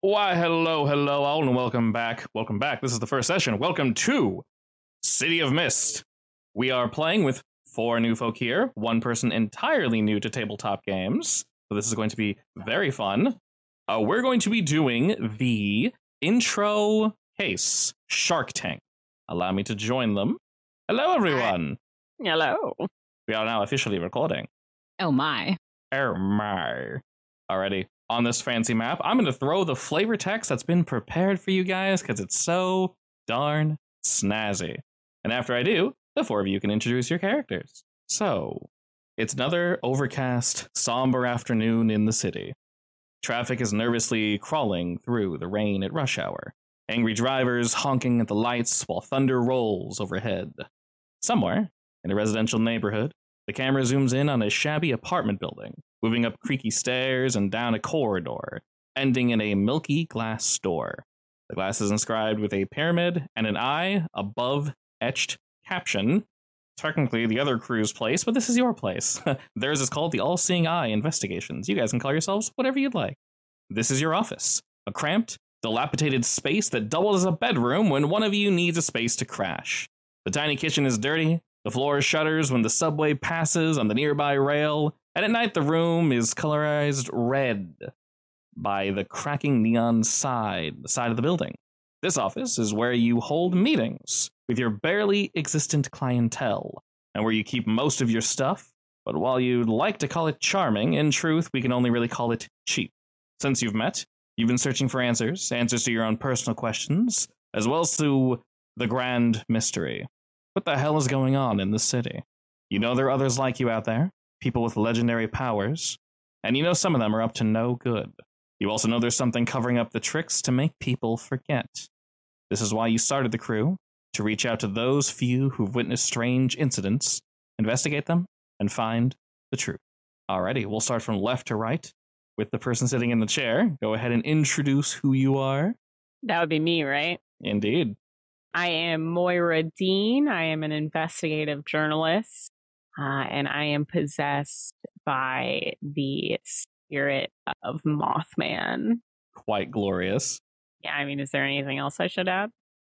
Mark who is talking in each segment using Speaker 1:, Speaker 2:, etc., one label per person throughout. Speaker 1: Why, hello, hello, all, and welcome back. Welcome back. This is the first session. Welcome to City of Mist. We are playing with four new folk here, one person entirely new to tabletop games. So this is going to be very fun. Uh, we're going to be doing the intro case Shark Tank. Allow me to join them. Hello, everyone.
Speaker 2: Hello.
Speaker 1: We are now officially recording.
Speaker 2: Oh my.
Speaker 1: Oh my. Alrighty. On this fancy map, I'm gonna throw the flavor text that's been prepared for you guys because it's so darn snazzy. And after I do, the four of you can introduce your characters. So, it's another overcast, somber afternoon in the city. Traffic is nervously crawling through the rain at rush hour, angry drivers honking at the lights while thunder rolls overhead. Somewhere, in a residential neighborhood, the camera zooms in on a shabby apartment building, moving up creaky stairs and down a corridor, ending in a milky glass door. The glass is inscribed with a pyramid and an eye above etched caption. Technically, the other crew's place, but this is your place. Theirs is called the All Seeing Eye Investigations. You guys can call yourselves whatever you'd like. This is your office, a cramped, dilapidated space that doubles as a bedroom when one of you needs a space to crash. The tiny kitchen is dirty, the floor shudders when the subway passes on the nearby rail, and at night the room is colorized red by the cracking neon side, the side of the building. This office is where you hold meetings with your barely existent clientele, and where you keep most of your stuff. But while you'd like to call it charming, in truth, we can only really call it cheap. Since you've met, you've been searching for answers, answers to your own personal questions, as well as to the grand mystery. What the hell is going on in this city? You know there are others like you out there, people with legendary powers, and you know some of them are up to no good. You also know there's something covering up the tricks to make people forget. This is why you started the crew to reach out to those few who've witnessed strange incidents, investigate them, and find the truth. Alrighty, we'll start from left to right with the person sitting in the chair. Go ahead and introduce who you are.
Speaker 2: That would be me, right?
Speaker 1: Indeed.
Speaker 2: I am Moira Dean. I am an investigative journalist, uh, and I am possessed by the spirit of Mothman.
Speaker 1: Quite glorious.
Speaker 2: Yeah, I mean, is there anything else I should add?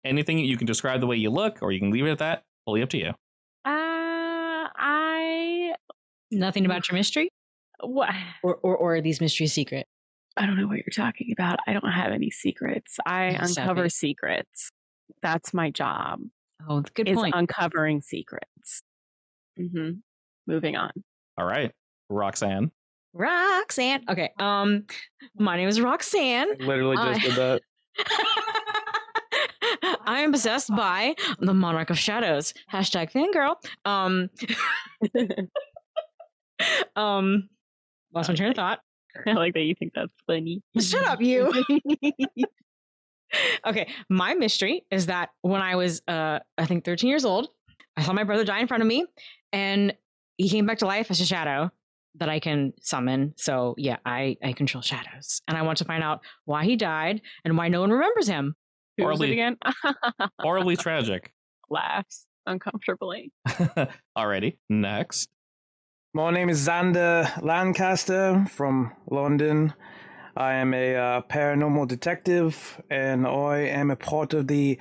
Speaker 1: Anything you can describe the way you look, or you can leave it at that, fully up to you.
Speaker 2: Uh, I
Speaker 3: Nothing about your mystery?
Speaker 2: what?
Speaker 3: Or or, or are these mysteries secret?
Speaker 2: I don't know what you're talking about. I don't have any secrets. I
Speaker 3: Yeah, savvy.
Speaker 2: uncover secrets. That's my job.
Speaker 3: Oh, good
Speaker 2: is
Speaker 3: point.
Speaker 2: uncovering secrets. hmm Moving on.
Speaker 1: All right, Roxanne.
Speaker 3: Roxanne. Okay. Um my name is Roxanne.
Speaker 1: Literally
Speaker 3: just I- did
Speaker 1: that.
Speaker 3: I am possessed by the monarch of shadows. Hashtag fangirl. Um um lost my train of thought.
Speaker 2: I like that you think that's funny.
Speaker 3: Shut up, you. okay, my mystery is that when I was, uh, I think, 13 years old, I saw my brother die in front of me, and he came back to life as a shadow that I can summon. So yeah, I I control shadows, and I want to find out why he died and why no one remembers him.
Speaker 2: Who was it
Speaker 1: Orly.
Speaker 2: again?
Speaker 1: Horribly tragic.
Speaker 2: Laughs uncomfortably.
Speaker 1: Alrighty, next.
Speaker 4: My name is Xander Lancaster from London. I am a uh, paranormal detective and I am a part of the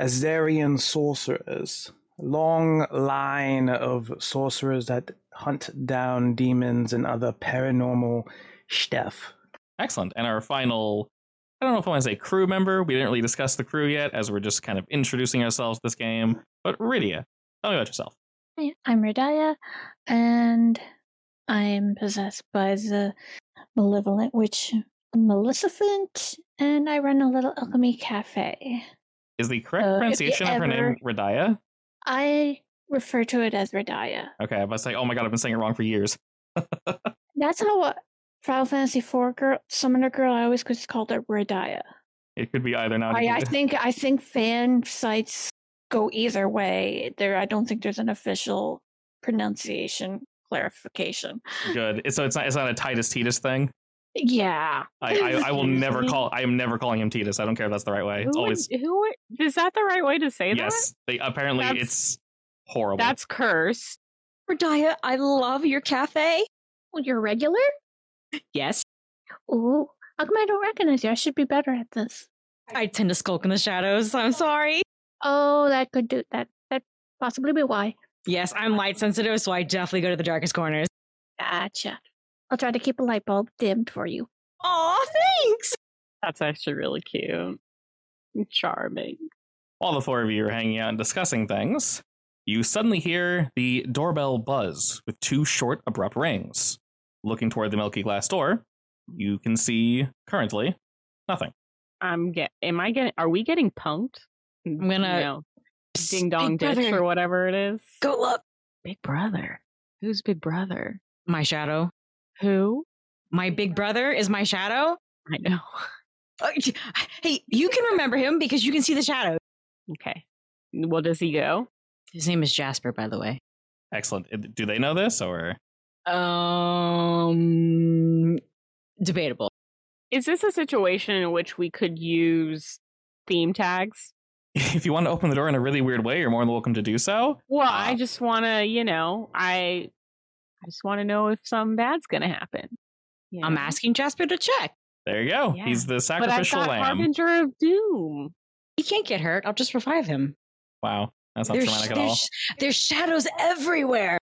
Speaker 4: Azarian Sorcerers, long line of sorcerers that hunt down demons and other paranormal stuff.
Speaker 1: Excellent. And our final, I don't know if I want to say crew member. We didn't really discuss the crew yet, as we're just kind of introducing ourselves to this game. But Rydia, tell me about yourself.
Speaker 5: Hi, I'm Radaya, and I'm possessed by the malevolent witch Maleficent, and I run a little alchemy cafe.
Speaker 1: Is the correct
Speaker 5: Uh, if you
Speaker 1: pronunciation of her name Radia?
Speaker 5: I refer to it as Radaya.
Speaker 1: Okay, I was like, oh my god, I've been saying it wrong for years.
Speaker 5: That's how uh, Final Fantasy IV girl, Summoner girl, I always just called her Radaya.
Speaker 1: It could be either now.
Speaker 5: I, I think I think fan sites go either way. There, I don't think there's an official pronunciation clarification.
Speaker 1: good. It's- So it's not. It's not a Titus Titus thing.
Speaker 5: Yeah,
Speaker 1: I, I, I will never
Speaker 5: Seriously?
Speaker 1: call. I am never calling him Titus. I don't care if that's the right way. It's
Speaker 2: who,
Speaker 1: always
Speaker 2: would, who would- is that the right way to say
Speaker 1: yes. They apparently
Speaker 2: That's-
Speaker 1: it's horrible.
Speaker 2: that? That's cursed.
Speaker 3: Radaya, I love your cafe.
Speaker 5: well, you're regular.
Speaker 3: Yes.
Speaker 5: Ooh, How come I don't recognize you? I should be better at this.
Speaker 3: I tend to skulk in the shadows. I'm sorry.
Speaker 5: Oh, that could do that. That possibly be why.
Speaker 3: Yes, I'm light sensitive, so I definitely go to the darkest corners.
Speaker 5: Gotcha. I'll try to keep a light bulb dimmed for you.
Speaker 3: Aw, thanks.
Speaker 2: That's actually really cute. Charming.
Speaker 1: While the four of you are hanging out and discussing things, you suddenly hear the doorbell buzz with two short, abrupt rings. Looking toward the milky glass door, you can see currently nothing.
Speaker 2: I'm get. Am I getting? Are we getting punked? I'm
Speaker 3: gonna-
Speaker 2: ding dong ditch
Speaker 3: Big brother,
Speaker 2: or whatever it is.
Speaker 3: Go look.
Speaker 2: Big brother. Who's big brother?
Speaker 3: My shadow.
Speaker 2: Who?
Speaker 3: My big brother is my shadow.
Speaker 2: I know.
Speaker 3: Uh, Hey, you can remember him because you can see the shadow.
Speaker 2: Okay. Well, does he go?
Speaker 3: His name is Jasper, by the way.
Speaker 1: Excellent. Uh, Do they know this or?
Speaker 3: Um, debatable.
Speaker 2: Is this a situation in which we could use theme tags?
Speaker 1: If you want to open the door in a really weird way, you're more than welcome to do so.
Speaker 2: Well,
Speaker 1: Uh,
Speaker 2: I just want to, you know, I, I just want to know if something bad's gonna happen. you
Speaker 3: I'm
Speaker 2: know?
Speaker 3: asking Jasper to check.
Speaker 1: There you go.
Speaker 2: Yeah.
Speaker 1: He's the
Speaker 2: but I've
Speaker 1: sacrificial
Speaker 2: got
Speaker 1: lamb.
Speaker 2: Harbinger of Doom.
Speaker 3: He can't get hurt. I'll just revive him.
Speaker 1: Wow. That's not
Speaker 3: There's-
Speaker 1: dramatic at all.
Speaker 3: there's- there's shadows everywhere.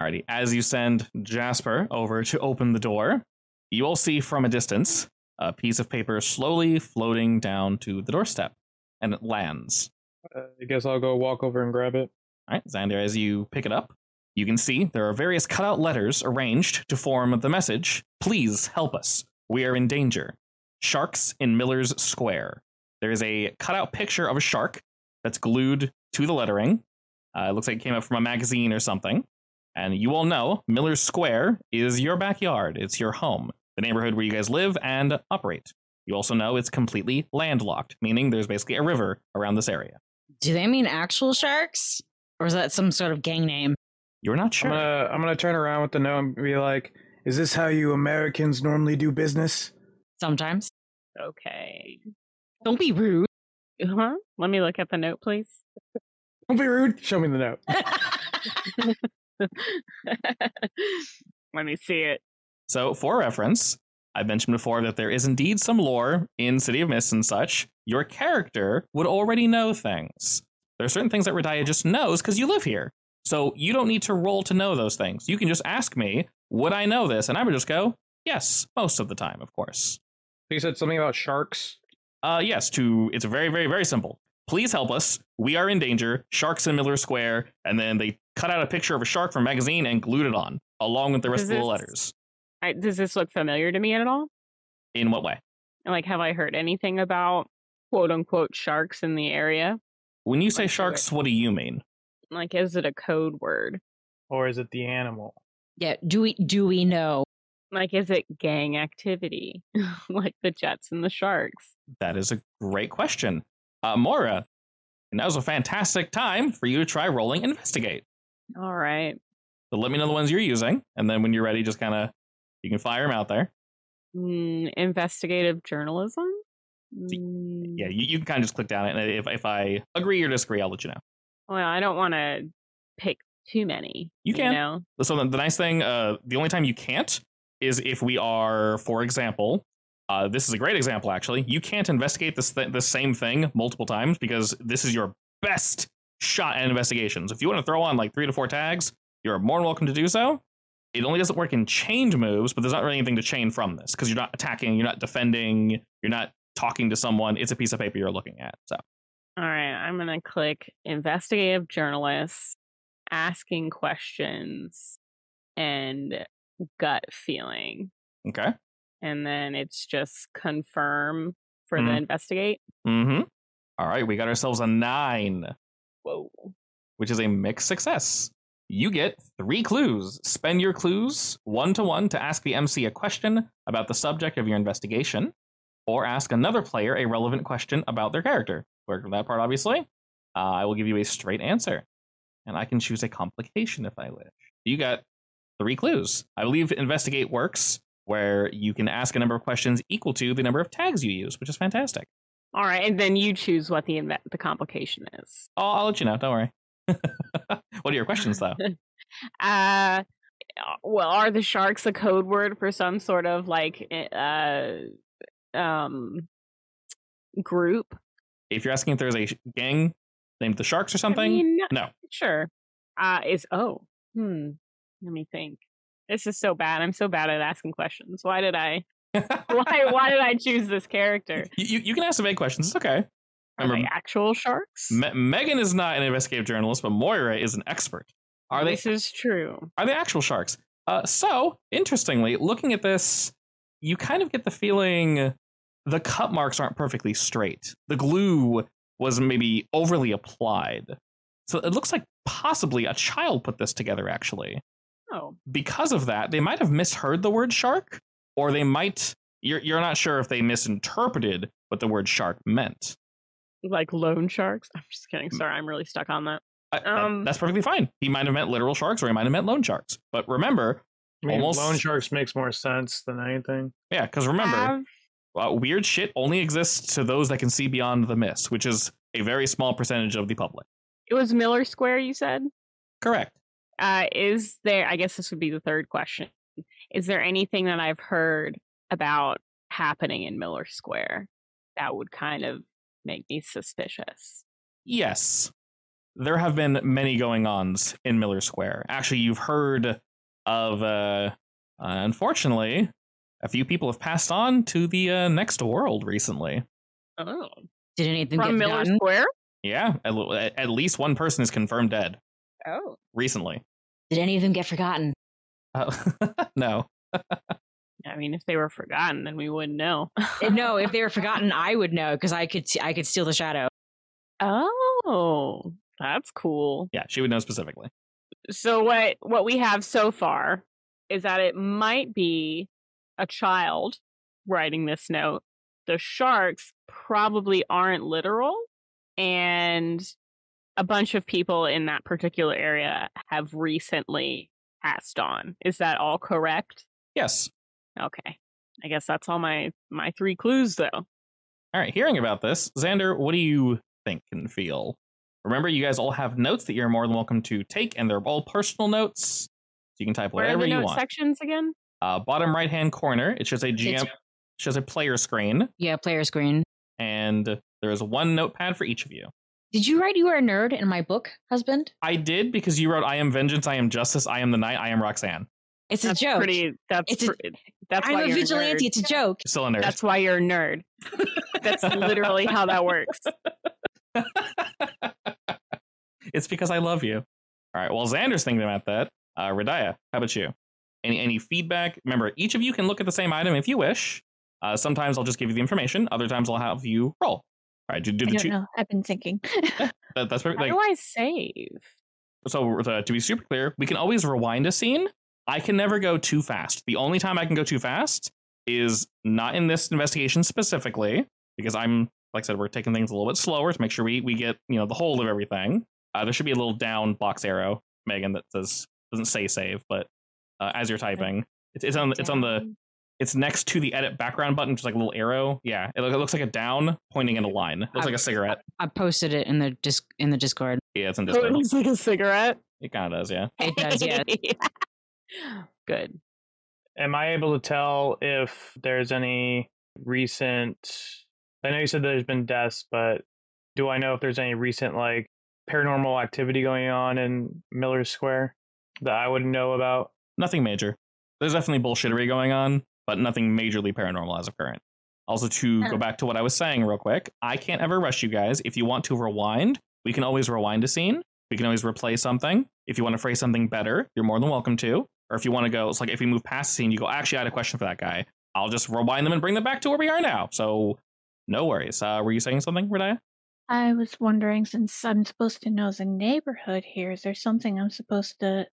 Speaker 1: Alrighty. As you send Jasper over to open the door, you will see from a distance a piece of paper slowly floating down to the doorstep, and it lands.
Speaker 4: Uh, I guess I'll go walk over and grab it.
Speaker 1: All right, Xander, as you pick it up, you can see there are various cutout letters arranged to form the message Please help us. We are in danger. Sharks in Miller's Square. There is a cutout picture of a shark that's glued to the lettering. Uh, it looks like it came up from a magazine or something. And you all know Miller's Square is your backyard, it's your home, the neighborhood where you guys live and operate. You also know it's completely landlocked, meaning there's basically a river around this area.
Speaker 3: Do they mean actual sharks? Or is that some sort of gang name?
Speaker 1: You're not sure.
Speaker 4: I'm gonna I'm gonna turn around with the no and be like, "Is this how you Americans normally do business?"
Speaker 3: Sometimes.
Speaker 2: Okay.
Speaker 3: Don't be rude.
Speaker 2: Huh? Let me look at the note, please.
Speaker 4: Don't be rude. Show me the note.
Speaker 2: Let me see it.
Speaker 1: So, for reference, I've mentioned before that there is indeed some lore in City of Mist and such. Your character would already know things. There are certain things that Radia just knows because you live here. So, you don't need to roll to know those things. You can just ask me, would I know this? And I would just go, yes, most of the time, of course.
Speaker 4: You said something about sharks.
Speaker 1: Uh, yes, to it's very, very, very simple. Please help us. We are in danger. Sharks in Miller Square. And then they cut out a picture of a shark from a magazine and glued it on, along with the rest
Speaker 2: Is
Speaker 1: of the
Speaker 2: this-
Speaker 1: letters.
Speaker 2: I, does this look familiar to me at all?
Speaker 1: In what way?
Speaker 2: And, Like, have I heard anything about quote unquote sharks in the area?
Speaker 1: When you say
Speaker 2: Like, do it.
Speaker 1: sharks, what do you mean?
Speaker 2: Like, is it a code word?
Speaker 4: Or is it the animal?
Speaker 3: yeah, do we do we know?
Speaker 2: Like, is it gang activity? like the Jets and the Sharks?
Speaker 1: That is a great question. Uh, Mora, and that was a fantastic time for you to try rolling investigate.
Speaker 2: All right.
Speaker 1: So let me know the ones you're using, and then when you're ready, just kind of you can fire them out there.
Speaker 2: Mm, investigative journalism?
Speaker 1: Yeah,
Speaker 2: Mm,
Speaker 1: you, you can kind of just click down it, and if, if I agree or disagree, I'll let you know.
Speaker 2: Well, I don't want to pick too many.
Speaker 1: You can.
Speaker 2: know?
Speaker 1: So the, the nice thing, uh, the only time you can't is if we are, for example, uh, this is a great example actually. You can't investigate this th- the same thing multiple times because this is your best shot at investigations. If you want to throw on like three to four tags, you're more than welcome to do so. It only doesn't work in chained moves, but there's not really anything to chain from this because you're not attacking, you're not defending, you're not talking to someone. It's a piece of paper you're looking at. So
Speaker 2: All right, I'm going to click investigative journalists, asking questions, and gut feeling.
Speaker 1: okay,
Speaker 2: And then it's just confirm for the
Speaker 1: Mhm.
Speaker 2: investigate.
Speaker 1: mm-hmm. All right, we got ourselves a nine.
Speaker 2: Whoa.
Speaker 1: which is a mixed success. You get three clues. Spend your clues one to one to ask the MC a question about the subject of your investigation, or ask another player a relevant question about their character. Work with that part, obviously. Uh, I will give you a straight answer, and I can choose a complication if I wish. You got three clues. I believe investigate works where you can ask a number of questions equal to the number of tags you use, which is fantastic.
Speaker 2: All right, and then you choose what the inve- the complication is.
Speaker 1: I'll, I'll let you know. Don't worry. what are your questions, though?
Speaker 2: Uh well, are the sharks a code word for some sort of like i- eh, uh um group
Speaker 1: If you're asking if there's a sh- gang named the Sharks or something,
Speaker 2: I mean,
Speaker 1: no.
Speaker 2: Sure. Uh is oh. Hmm. Let me think. This is so bad. I'm so bad at asking questions. Why did I why why did I choose this character?
Speaker 1: You, you, you can ask the vague questions. It's okay.
Speaker 2: Are they
Speaker 1: Remember,
Speaker 2: actual sharks?
Speaker 1: Me- Megan is not an investigative journalist, but Moira is an expert. Are they
Speaker 2: This is true.
Speaker 1: are they actual sharks? Uh, so interestingly, looking at this, you kind of get the feeling the cut marks aren't perfectly straight. The glue was maybe overly applied. So it looks like possibly a child put this together. Actually,
Speaker 2: Oh.
Speaker 1: because of that, they might have misheard the word shark, or they might. You're you're not sure if they misinterpreted what the word shark meant.
Speaker 2: Like loan sharks? I'm just kidding. Sorry, I'm really stuck on that.
Speaker 1: I- that-
Speaker 2: Um,
Speaker 1: that's perfectly fine. He might have meant literal sharks or he might have meant loan sharks. But remember,
Speaker 6: I mean,
Speaker 1: Almost-
Speaker 6: loan sharks makes more sense than anything.
Speaker 1: yeah, because remember,
Speaker 2: Have-
Speaker 1: uh, weird shit only exists to those that can see beyond the mist, which is a very small percentage of the public.
Speaker 2: it was Miller Square, you said?
Speaker 1: Correct.
Speaker 2: Uh is there I guess this would be the third question. Is there anything that I've heard about happening in Miller Square that would kind of make me suspicious?
Speaker 1: Yes. There have been many going ons in Miller Square. Actually, you've heard of, uh, unfortunately, a few people have passed on to the uh, next world recently.
Speaker 2: Oh.
Speaker 3: Did anything
Speaker 2: From
Speaker 3: get
Speaker 2: Miller
Speaker 3: forgotten?
Speaker 2: Square?
Speaker 1: Yeah, at, l- at least one person is confirmed dead
Speaker 2: Oh.
Speaker 1: recently.
Speaker 3: Did any of them get forgotten?
Speaker 1: Uh, no.
Speaker 2: I mean, if they were forgotten, then we wouldn't know.
Speaker 3: Uh, no, if they were forgotten, I would know because I could I could steal the shadow.
Speaker 2: Oh, that's cool.
Speaker 1: Yeah, she would know specifically.
Speaker 2: So what what we have so far is that it might be a child writing this note. The sharks probably aren't literal and a bunch of people in that particular area have recently passed on. Is that all correct?
Speaker 1: Yes.
Speaker 2: Okay. I guess that's all my my three clues though.
Speaker 1: All right, hearing about this, Xander, what do you think and feel? Remember, you guys all have notes that you're more than welcome to take, and they're all personal notes. So you can type
Speaker 2: Where are
Speaker 1: whatever
Speaker 2: the
Speaker 1: you
Speaker 2: note
Speaker 1: want.
Speaker 2: sections again?
Speaker 1: Uh, bottom right hand corner, it shows a GM,
Speaker 3: It's-
Speaker 1: it shows a player screen,
Speaker 3: Yeah, player screen.
Speaker 1: and there is one notepad for each of you.
Speaker 3: Did you write you are a nerd in my book, husband?
Speaker 1: I did because you wrote, "I am vengeance, I am justice, I am the knight, I am Roxanne."
Speaker 3: It's
Speaker 2: that's
Speaker 3: a joke.
Speaker 2: Pretty. That's
Speaker 3: It's a-
Speaker 2: pre- that's why
Speaker 3: I'm a
Speaker 2: you're
Speaker 3: vigilante.
Speaker 2: nerd.
Speaker 3: It's a joke.
Speaker 1: Still a nerd.
Speaker 2: That's why you're a nerd. That's literally how that works.
Speaker 1: it's because I love you. All right. Well, Xander's thinking about that. Uh, Radia, how about you? Any any feedback? Remember, each of you can look at the same item if you wish. Uh, sometimes I'll just give you the information. Other times I'll have you roll. All right. Do, do
Speaker 5: I
Speaker 1: the
Speaker 5: don't
Speaker 1: two.
Speaker 5: know. I've been thinking.
Speaker 1: That, that's perfect.
Speaker 2: How
Speaker 1: Like,
Speaker 2: do I save?
Speaker 1: so uh, to be super clear, we can always rewind a scene. I can never go too fast. The only time I can go too fast is not in this investigation specifically, because I'm like I said, we're taking things a little bit slower to make sure we we get you know the hold of everything. Uh, there should be a little down box arrow, Megan, that says doesn't say save, but uh, as you're typing, it's, it's on it's on the it's next to the edit background button, just like a little arrow. Yeah, it, look- it looks like a down pointing in a line. It looks like a cigarette.
Speaker 3: I posted it in the disc in the Discord.
Speaker 1: Yeah, it's in
Speaker 2: Oh, it
Speaker 1: Discord.
Speaker 2: looks like a cigarette.
Speaker 1: It kind of does. Yeah.
Speaker 3: It does, yes.
Speaker 2: Good.
Speaker 6: Am I able to tell if there's any recent? I know you said there's been deaths, but do I know if there's any recent like paranormal activity going on in Miller Square that I would know about?
Speaker 1: nothing major. There's definitely bullshittery going on, but nothing majorly paranormal as of current. Also, to go
Speaker 5: Huh.
Speaker 1: back to what I was saying real quick, I can't ever rush you guys. If you want to rewind, we can always rewind a scene. We can always replay something. If you want to phrase something better, you're more than welcome to. Or if you want to go, it's like if we move past the scene, you go, actually, I had a question for that guy. I'll just rewind them and bring them back to where we are now. So, no worries. Uh, were you saying something, Radia?
Speaker 5: I was wondering since I'm supposed to know the neighborhood here, is there something I'm supposed to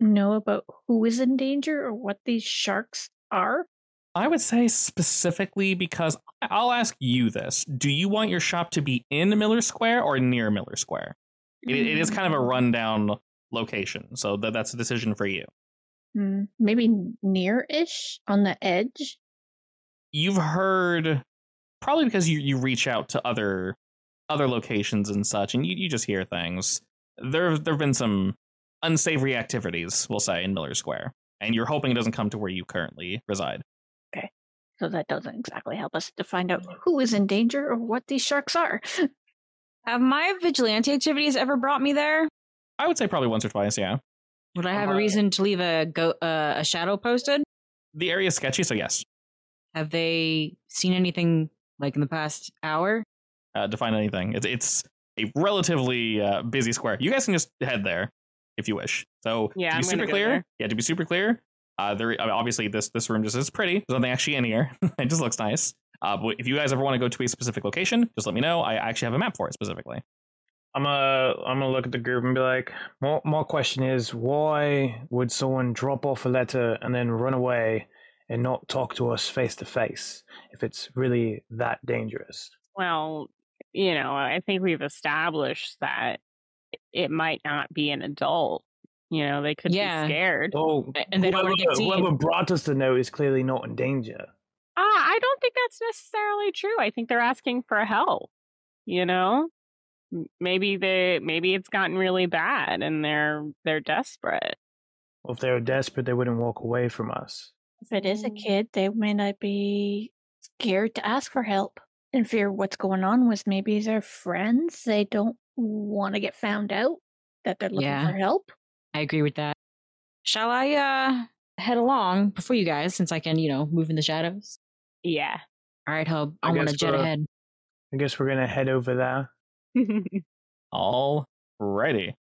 Speaker 5: know about who is in danger or what these sharks are?
Speaker 1: I would say specifically because I'll ask you this: Do you want your shop to be in Miller Square or near Miller Square? It, it is kind of a rundown location, so that that's a decision for you.
Speaker 5: Hmm, maybe near ish on the edge.
Speaker 1: You've heard probably because you, you reach out to other other locations and such, and you, you just hear things. There there have been some unsavory activities, we'll say, in Miller Square, and you're hoping it doesn't come to where you currently reside.
Speaker 5: So that doesn't exactly help us to find out
Speaker 1: Mm.
Speaker 5: who is in danger or what these sharks are.
Speaker 3: Have my vigilante activities ever brought me there?
Speaker 1: I would say probably once or twice, yeah.
Speaker 3: Would I have a reason to leave a go uh, a shadow posted?
Speaker 1: The area's sketchy, so yes.
Speaker 3: Have they seen anything like in the past hour?
Speaker 1: Uh, define anything. It's, it's a relatively uh, busy square. You guys can just head there if you wish. So
Speaker 2: Yeah,
Speaker 1: to be
Speaker 2: I'm gonna
Speaker 1: super
Speaker 2: go
Speaker 1: clear,
Speaker 2: there.
Speaker 1: yeah, to be super clear, uh, there I mean, obviously this this room just is pretty. There's nothing actually in here. it just looks nice. Uh, but if you guys ever want to go to a specific location, just let me know. I actually have a map for it specifically.
Speaker 6: I'm gonna I'm gonna look at the group and be like, my, my question is, why would someone drop off a letter and then run away and not talk to us face to face if it's really that dangerous?
Speaker 2: Well, you know, I think we've established that it might not be an adult. You know, they could
Speaker 3: Yeah.
Speaker 2: be scared.
Speaker 6: Oh,
Speaker 3: And they don't
Speaker 6: whoever,
Speaker 3: wanna get seen.
Speaker 6: whoever brought us the note is clearly not in danger.
Speaker 2: Ah, I don't think that's necessarily true. I think they're asking for help. You know, M- maybe they maybe it's gotten really bad and they're they're desperate.
Speaker 6: If they were desperate, they wouldn't walk away from us.
Speaker 5: If it is a
Speaker 2: Mm.
Speaker 5: kid, they may not be scared to ask for help and fear what's going on with maybe their friends. They don't want to get found out that they're looking
Speaker 3: Yeah.
Speaker 5: for help.
Speaker 3: I agree with that. Shall I uh head along before you guys since I can, you know, move in the shadows?
Speaker 2: Yeah.
Speaker 3: All right, Hub.
Speaker 6: I
Speaker 3: I, want to
Speaker 6: guess
Speaker 3: jet
Speaker 1: uh,
Speaker 6: we're-
Speaker 3: ahead.
Speaker 6: I guess we're gonna head over there.
Speaker 1: Alrighty.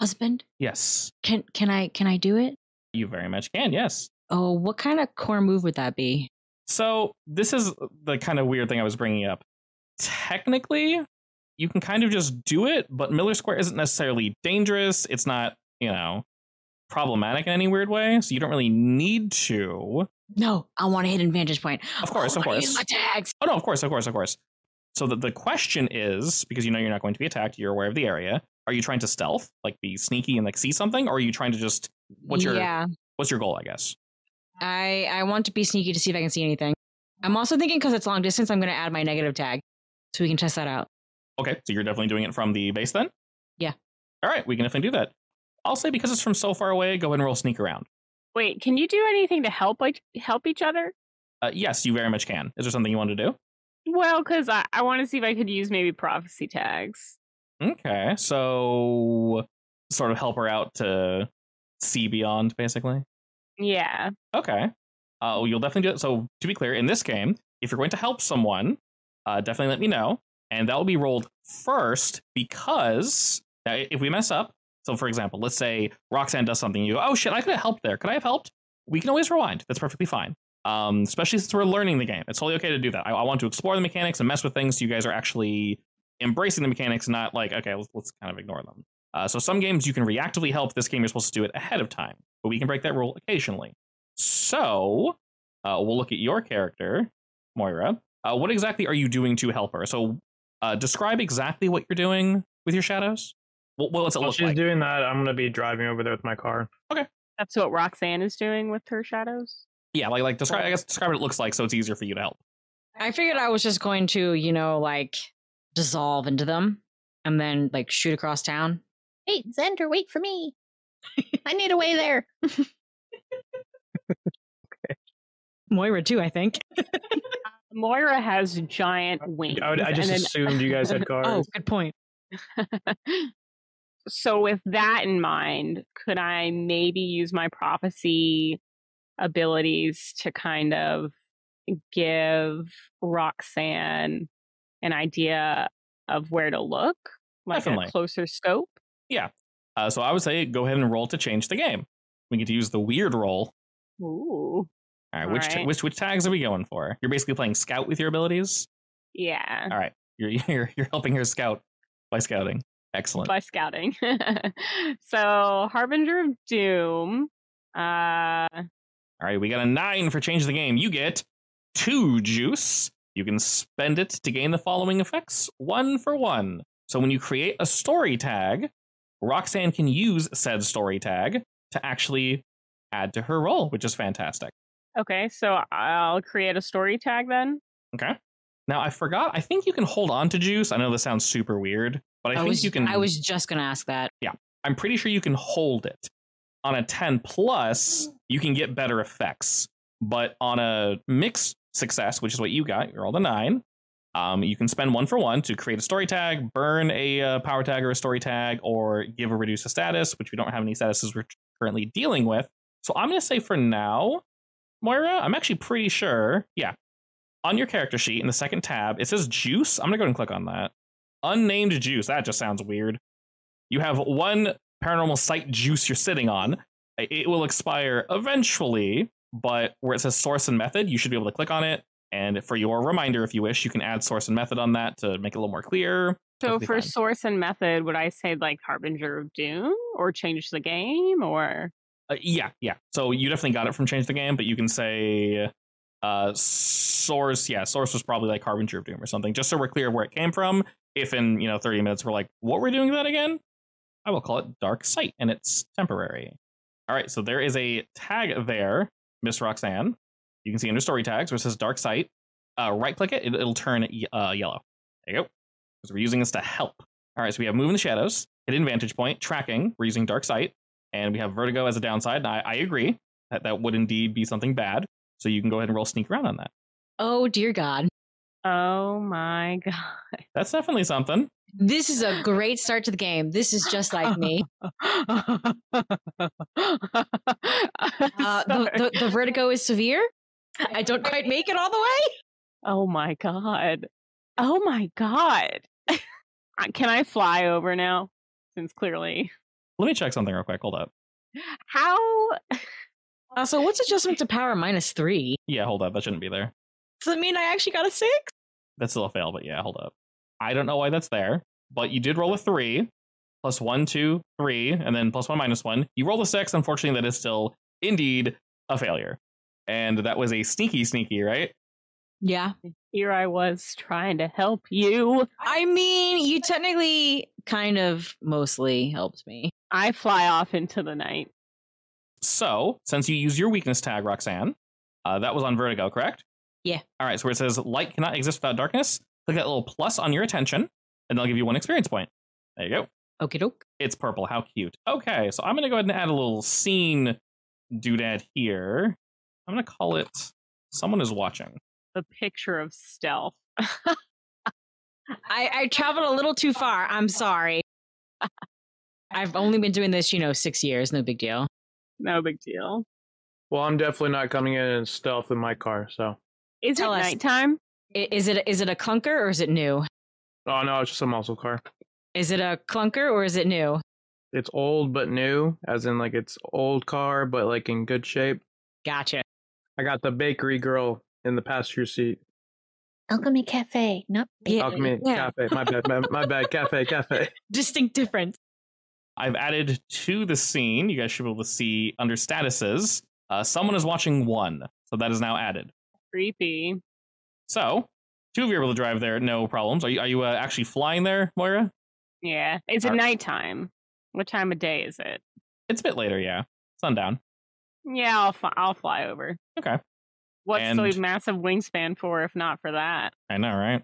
Speaker 3: Husband,
Speaker 1: Yes,
Speaker 3: can can I can I do it?
Speaker 1: you very much can. Yes.
Speaker 3: Oh, what kind of core move would that be?
Speaker 1: So this is the kind of weird thing I was bringing up. Technically, you can kind of just do it, but Miller Square isn't necessarily dangerous. It's not, you know, problematic in any weird way. So you don't really need to.
Speaker 3: No, I want a hidden vantage point.
Speaker 1: Of course,
Speaker 3: I
Speaker 1: of
Speaker 3: wanna use
Speaker 1: course.
Speaker 3: My tags.
Speaker 1: Oh no, of course, of course, of course. So the, the question is, because you know you're not going to be attacked, you're aware of the area. Are you trying to stealth, like be sneaky and like see something, or are you trying to just what's your
Speaker 3: Yeah,
Speaker 1: what's your goal? I guess.
Speaker 3: I I want to be sneaky to see if I can see anything. I'm also thinking because it's long distance, I'm going to add my negative tag, so we can test that out.
Speaker 1: Okay, so you're definitely doing it from the base then.
Speaker 3: Yeah.
Speaker 1: All right, we can definitely do that. I'll say because it's from so far away, go ahead and roll sneak around.
Speaker 2: Wait, can you do anything to help like help each other?
Speaker 1: Uh, yes, you very much can. Is there something you want to do?
Speaker 2: Well, because I, I want to see if I could use maybe prophecy tags.
Speaker 1: Okay, so sort of help her out to see beyond, basically.
Speaker 2: Yeah.
Speaker 1: Okay. Uh, well, you'll definitely do it. So, to be clear, in this game, if you're going to help someone, uh, definitely let me know, and that will be rolled first because now, i- if we mess up, so for example, let's say Roxanne does something, you go, "Oh shit, I could have helped there. Could I have helped?" We can always rewind. That's perfectly fine. Um, especially since we're learning the game, it's totally okay to do that. I, I want to explore the mechanics and mess with things. So you guys are actually embracing the mechanics, not like okay, let's, let's kind of ignore them. Uh, so some games you can reactively help. This game you're supposed to do it ahead of time, but we can break that rule occasionally. So, uh, we'll look at your character, Moira. Uh, what exactly are you doing to help her? So, uh, describe exactly what you're doing with your shadows. What, what does it
Speaker 6: While
Speaker 1: look
Speaker 6: she's
Speaker 1: like?
Speaker 6: doing that, I'm gonna be driving over there with my car.
Speaker 2: That's what Roxanne is doing with her shadows.
Speaker 1: yeah, like like describe. I guess describe what it looks like so it's easier for you to help.
Speaker 3: I figured I was just going to, you know, like dissolve into them and then like shoot across town.
Speaker 5: Hey, Xander, wait for me. I need a way there.
Speaker 3: Moira too, I think.
Speaker 2: Moira has giant wings.
Speaker 6: Uh, I, would, I just
Speaker 2: and
Speaker 6: assumed you guys had cars.
Speaker 3: Oh, good point.
Speaker 2: then- so, with that in mind, could I maybe use my prophecy abilities to kind of give Roxanne an idea of where to look, like
Speaker 1: Definitely.
Speaker 2: a closer scope?
Speaker 1: Uh, so I would say go ahead and roll to change the game. We get to use the weird roll.
Speaker 2: Ooh,
Speaker 1: All right,
Speaker 2: All
Speaker 1: which ta-
Speaker 2: right.
Speaker 1: which which tags are we going for? You're basically playing scout with your abilities.
Speaker 2: yeah,
Speaker 1: All right, you're you're you're helping her scout by scouting. Excellent.
Speaker 2: by scouting. so, Harbinger of Doom. Uh,
Speaker 1: All right, we got a nine for change the game. You get two juice. You can spend it to gain the following effects one for one. So when you create a story tag, Roxanne can use said story tag to actually add to her roll, which is fantastic.
Speaker 2: Okay, so I'll create a story tag then.
Speaker 1: Okay. Now I forgot. I think you can hold on to juice. I know this sounds super weird, but I, think
Speaker 3: was
Speaker 1: you can.
Speaker 3: I was just gonna ask that.
Speaker 1: I'm pretty sure you can hold it. On a 10 plus, you can get better effects. But on a mixed success, which is what you got. You rolled a nine. Um, you can spend one for one to create a story tag, burn a uh, power tag or a story tag, or give or reduce a status, which we don't have any statuses we're currently dealing with. So I'm going to say for now, Moira, I'm actually pretty sure. Yeah. On your character sheet in the second tab, it says juice. I'm going to go ahead and click on that. Unnamed juice. That just sounds weird. You have one paranormal site juice you're sitting on. I- It will expire eventually, but where it says source and method, you should be able to click on it. And for your reminder, if you wish, you can add source and method on that to make it a little more clear.
Speaker 2: So
Speaker 1: Perfectly
Speaker 2: for
Speaker 1: fine.
Speaker 2: source and method, would I say like Harbinger of Doom or change the game or
Speaker 1: Uh, yeah, yeah. So you definitely got it from Change the Game, but you can say uh source. Yeah, source was probably like Harbinger of Doom or something, just so we're clear of where it came from. If in you know thirty minutes we're like, what we're doing with that again? I will call it Dark Sight, and it's temporary. All right, so there is a tag there, Miss Roxanne. You can see under story tags where it says Dark Sight. Uh, right click it, it, will turn ye- uh, yellow. There you go. Because we're using this to help. All right, so we have Move in the Shadows, Hidden Vantage Point, Tracking. We're using Dark Sight and we have vertigo as a downside. And I, I agree that that would indeed be something bad. So you can go ahead and roll sneak around on that.
Speaker 3: Oh dear God.
Speaker 2: Oh my god.
Speaker 1: That's definitely something.
Speaker 3: This is a great start to the game. This is just like me. Uh, the, the, the vertigo is severe. I don't quite make it all the way.
Speaker 2: oh my god. Oh my god. Uh, Can I fly over now? Since clearly
Speaker 1: Let me check something real quick. Hold up.
Speaker 2: how
Speaker 3: Also, Uh, what's adjustment to power minus three?
Speaker 1: Yeah, hold up. That shouldn't be there.
Speaker 3: Does that mean I actually got a six?
Speaker 1: That's still a fail, but yeah, hold up. I don't know why that's there, but you did roll a three, plus one, two, three, and then plus one, minus one. You roll a six. Unfortunately, that is still indeed a failure. And that was a sneaky, sneaky, right?
Speaker 3: Yeah.
Speaker 2: here I was trying to help you.
Speaker 3: I mean, you technically kind of mostly helped me.
Speaker 2: I fly off into the night.
Speaker 1: So, since you used your weakness tag, Roxanne, uh, that was on Vertigo, correct?
Speaker 3: Yeah.
Speaker 1: All right, so where it says light cannot exist without darkness, click that little plus on your attention, and they'll give you one experience point. There you go.
Speaker 3: Okay, doke.
Speaker 1: It's purple. How cute. Okay, so I'm going to go ahead and add a little scene doodad here. I'm going to call it Someone is Watching.
Speaker 2: The picture of stealth.
Speaker 3: I, I traveled a little too far. I'm sorry. I've only been doing this, you know, six years. No big deal.
Speaker 2: No big deal.
Speaker 6: Well, I'm definitely not coming in in stealth in my car. So,
Speaker 2: Is
Speaker 3: Tell
Speaker 2: it
Speaker 3: us.
Speaker 2: nighttime?
Speaker 3: I- Is it is it a clunker or is it new?
Speaker 6: oh no, it's just a muscle car.
Speaker 3: Is it a clunker or is it new?
Speaker 6: It's old but new, as in like it's old car but like in good shape.
Speaker 3: Gotcha.
Speaker 6: I got the bakery girl in the passenger seat.
Speaker 5: Alchemy Cafe, not
Speaker 3: Yeah,
Speaker 6: Alchemy
Speaker 3: yeah.
Speaker 6: cafe. My bad. My, my bad. Cafe. Cafe.
Speaker 3: Distinct difference.
Speaker 1: I've added to the scene. You guys should be able to see under statuses. Uh, someone is watching one, so that is now added.
Speaker 2: Creepy.
Speaker 1: So, two of you are able to drive there, no problems. Are you, are you uh, actually flying there, Moira?
Speaker 2: Yeah. Is it
Speaker 1: Alright.
Speaker 2: nighttime? What time of day is it?
Speaker 1: It's a bit later, yeah. Sundown.
Speaker 2: Yeah, I'll fly, I'll fly over.
Speaker 1: Okay.
Speaker 2: What's the
Speaker 1: And-
Speaker 2: massive wingspan for if not for that?
Speaker 1: I know, right?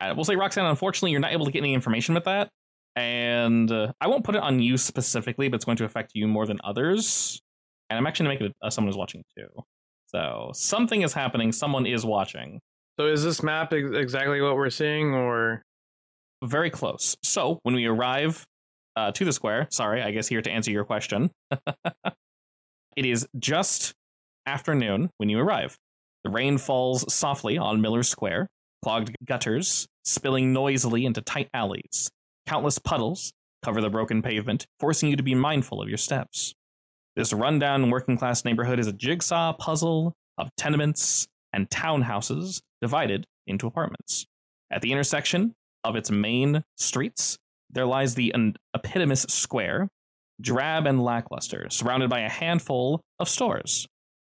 Speaker 1: Uh, we'll say, Roxanne, unfortunately, you're not able to get any information with that. And uh, I won't put it on you specifically, but it's going to affect you more than others. And I'm actually going to make it uh, someone is watching too. So something is happening. Someone is watching.
Speaker 6: So is this map ex- exactly what we're seeing, or
Speaker 1: Very close. So when we arrive uh, to the square, sorry, I guess here to answer your question, it is just afternoon when you arrive. The rain falls softly on Miller Square, clogged gutters spilling noisily into tight alleys. Countless puddles cover the broken pavement, forcing you to be mindful of your steps. This rundown working class neighborhood is a jigsaw puzzle of tenements and townhouses divided into apartments. At the intersection of its main streets, there lies the en- epitomous square, drab and lackluster, surrounded by a handful of stores.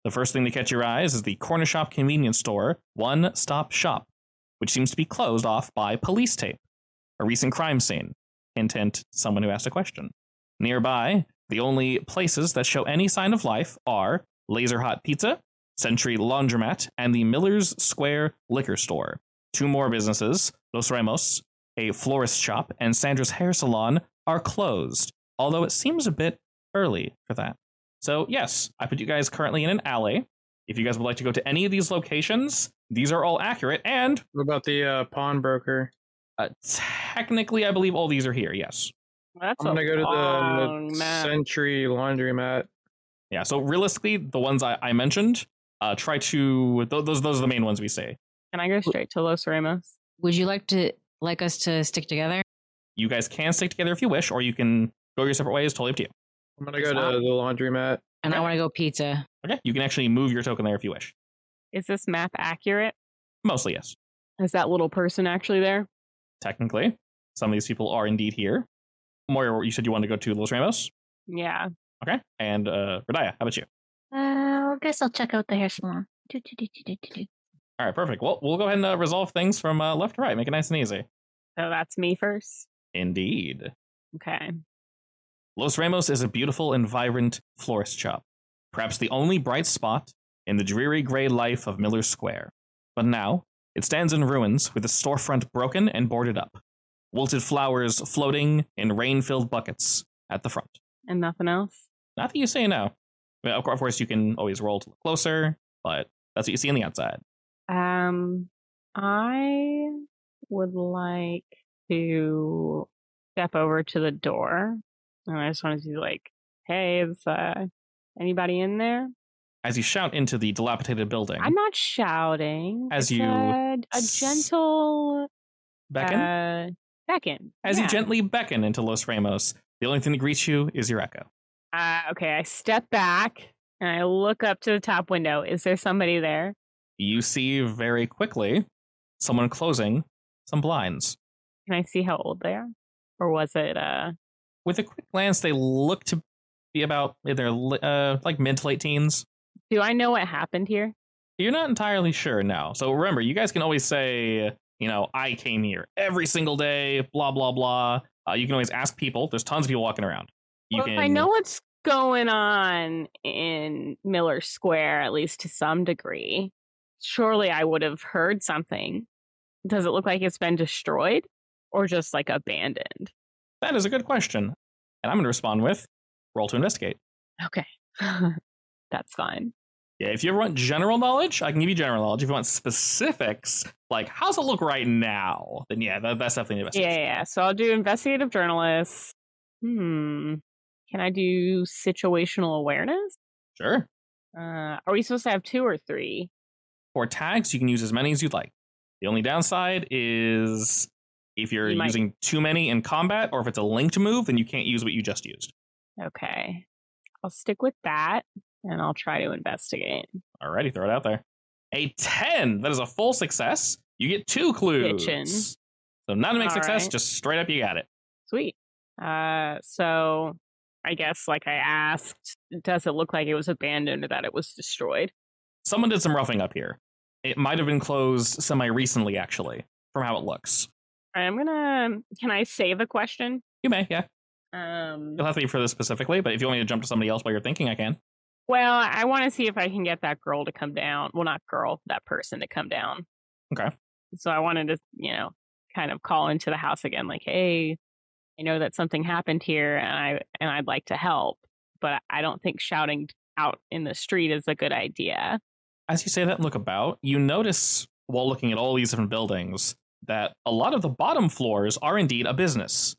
Speaker 1: The first thing to catch your eyes is the corner shop convenience store, One Stop Shop, which seems to be closed off by police tape, a recent crime scene. Hint, hint, someone who asked a question. Nearby, the only places that show any sign of life are Laser Hot Pizza, Century Laundromat, and the Miller's Square Liquor Store. Two more businesses, Los Ramos, a florist shop, and Sandra's hair salon, are closed, although it seems a bit early for that. So, yes, I put you guys currently in an alley. If you guys would like to go to any of these locations, These are all accurate, and
Speaker 6: What about the uh, pawnbroker?
Speaker 1: uh, technically, I believe all these are here. Yes.
Speaker 2: That's
Speaker 6: I'm gonna
Speaker 2: a
Speaker 6: go to
Speaker 2: long
Speaker 6: the
Speaker 2: map.
Speaker 6: Century Laundromat.
Speaker 1: Yeah. So realistically, the ones I, I mentioned, uh, try to th- those those are the main ones we say.
Speaker 2: Can I go straight to Los Ramos?
Speaker 3: Would you like to like us to stick together?
Speaker 1: You guys can stick together if you wish, or you can go your separate ways. Totally up to you.
Speaker 6: I'm gonna go to the laundromat.
Speaker 3: And I want to go pizza.
Speaker 1: Okay. You can actually move your token there if you wish.
Speaker 2: Is this map accurate?
Speaker 1: Mostly yes.
Speaker 2: Is that little person actually there?
Speaker 1: Technically, some of these people are indeed here. Moira, you said you wanted to go to Los Ramos.
Speaker 2: Yeah.
Speaker 1: Okay. And uh, Radaya, how about you?
Speaker 5: Uh, I guess I'll check out the hair salon. Do, do, do, do, do, do, do.
Speaker 1: All right, perfect. Well, we'll go ahead and uh, resolve things from uh, left to right. Make it nice and easy.
Speaker 2: So that's me first.
Speaker 1: Indeed.
Speaker 2: Okay.
Speaker 1: Los Ramos is a beautiful and vibrant florist shop, perhaps the only bright spot in the dreary gray life of Miller Square. But now, it stands in ruins with the storefront broken and boarded up, wilted flowers floating in rain filled buckets at the front.
Speaker 2: And nothing else?
Speaker 1: Not that you say no. I mean, of cour- of course, you can always roll to look closer, but that's what you see on the outside.
Speaker 2: Um, I would like to step over to the door, and I just want to be like, "Hey, is uh, anybody in there?"
Speaker 1: As you shout into the dilapidated building,
Speaker 2: I'm not shouting.
Speaker 1: As
Speaker 2: It's
Speaker 1: you
Speaker 2: a, a
Speaker 1: s-
Speaker 2: gentle
Speaker 1: beckon.
Speaker 2: uh, beckon.
Speaker 1: As
Speaker 2: yeah.
Speaker 1: you gently beckon into Los Ramos, the only thing that greets you is your echo.
Speaker 2: uh, okay, I step back and I look up to the top window. Is there somebody there?
Speaker 1: You see very quickly someone closing some blinds.
Speaker 2: Can I see how old they are, or was it uh?
Speaker 1: With a quick glance, they look to be about in their li- uh, like mid to late teens.
Speaker 2: Do I know what happened here?
Speaker 1: You're not entirely sure now. So remember, you guys can always say, you know, I came here every single day, blah, blah, blah. Uh, you can always ask people. There's tons of people walking around. You
Speaker 2: well,
Speaker 1: can,
Speaker 2: if I know what's going on in Miller Square, at least to some degree, surely I would have heard something. Does it look like it's been destroyed or just like abandoned?
Speaker 1: That is a good question. And I'm going to respond with roll to investigate.
Speaker 2: Okay. That's fine.
Speaker 1: Yeah, if you ever want general knowledge, I can give you general knowledge. If you want specifics, like how's it look right now, then yeah, that, that's definitely an
Speaker 2: Yeah, yeah,
Speaker 1: investigation.
Speaker 2: yeah. So I'll do investigative journalists. Hmm. Can I do situational awareness?
Speaker 1: Sure.
Speaker 2: Uh, are we supposed to have two or three?
Speaker 1: For tags, you can use as many as you'd like. The only downside is if you're
Speaker 2: You might-
Speaker 1: using too many in combat, or if it's a linked move, then you can't use what you just used.
Speaker 2: Okay. I'll stick with that and I'll try to investigate.
Speaker 1: Alrighty, throw it out there. A ten. That is a full success. You get two clues.
Speaker 2: Kitchen.
Speaker 1: So not a make
Speaker 2: All
Speaker 1: success,
Speaker 2: right.
Speaker 1: just straight up you got it.
Speaker 2: Sweet. Uh, so I guess, like I asked, does it look like it was abandoned or that it was destroyed?
Speaker 1: Someone did some roughing up here. It might have been closed semi recently, actually, from how it looks.
Speaker 2: I'm gonna. Can I save a question?
Speaker 1: You may, yeah.
Speaker 2: Um,
Speaker 1: You'll have to be for this specifically, but if you want me to jump to somebody else while you're thinking, I can.
Speaker 2: well, I want to see if I can get that girl to come down. Well, not girl, that person to come down.
Speaker 1: Okay.
Speaker 2: So I wanted to, you know, kind of call into the house again, like, hey, I know that something happened here, and I and I'd like to help, but I don't think shouting out in the street is a good idea.
Speaker 1: As you say that and look about, you notice while looking at all these different buildings that a lot of the bottom floors are indeed a business.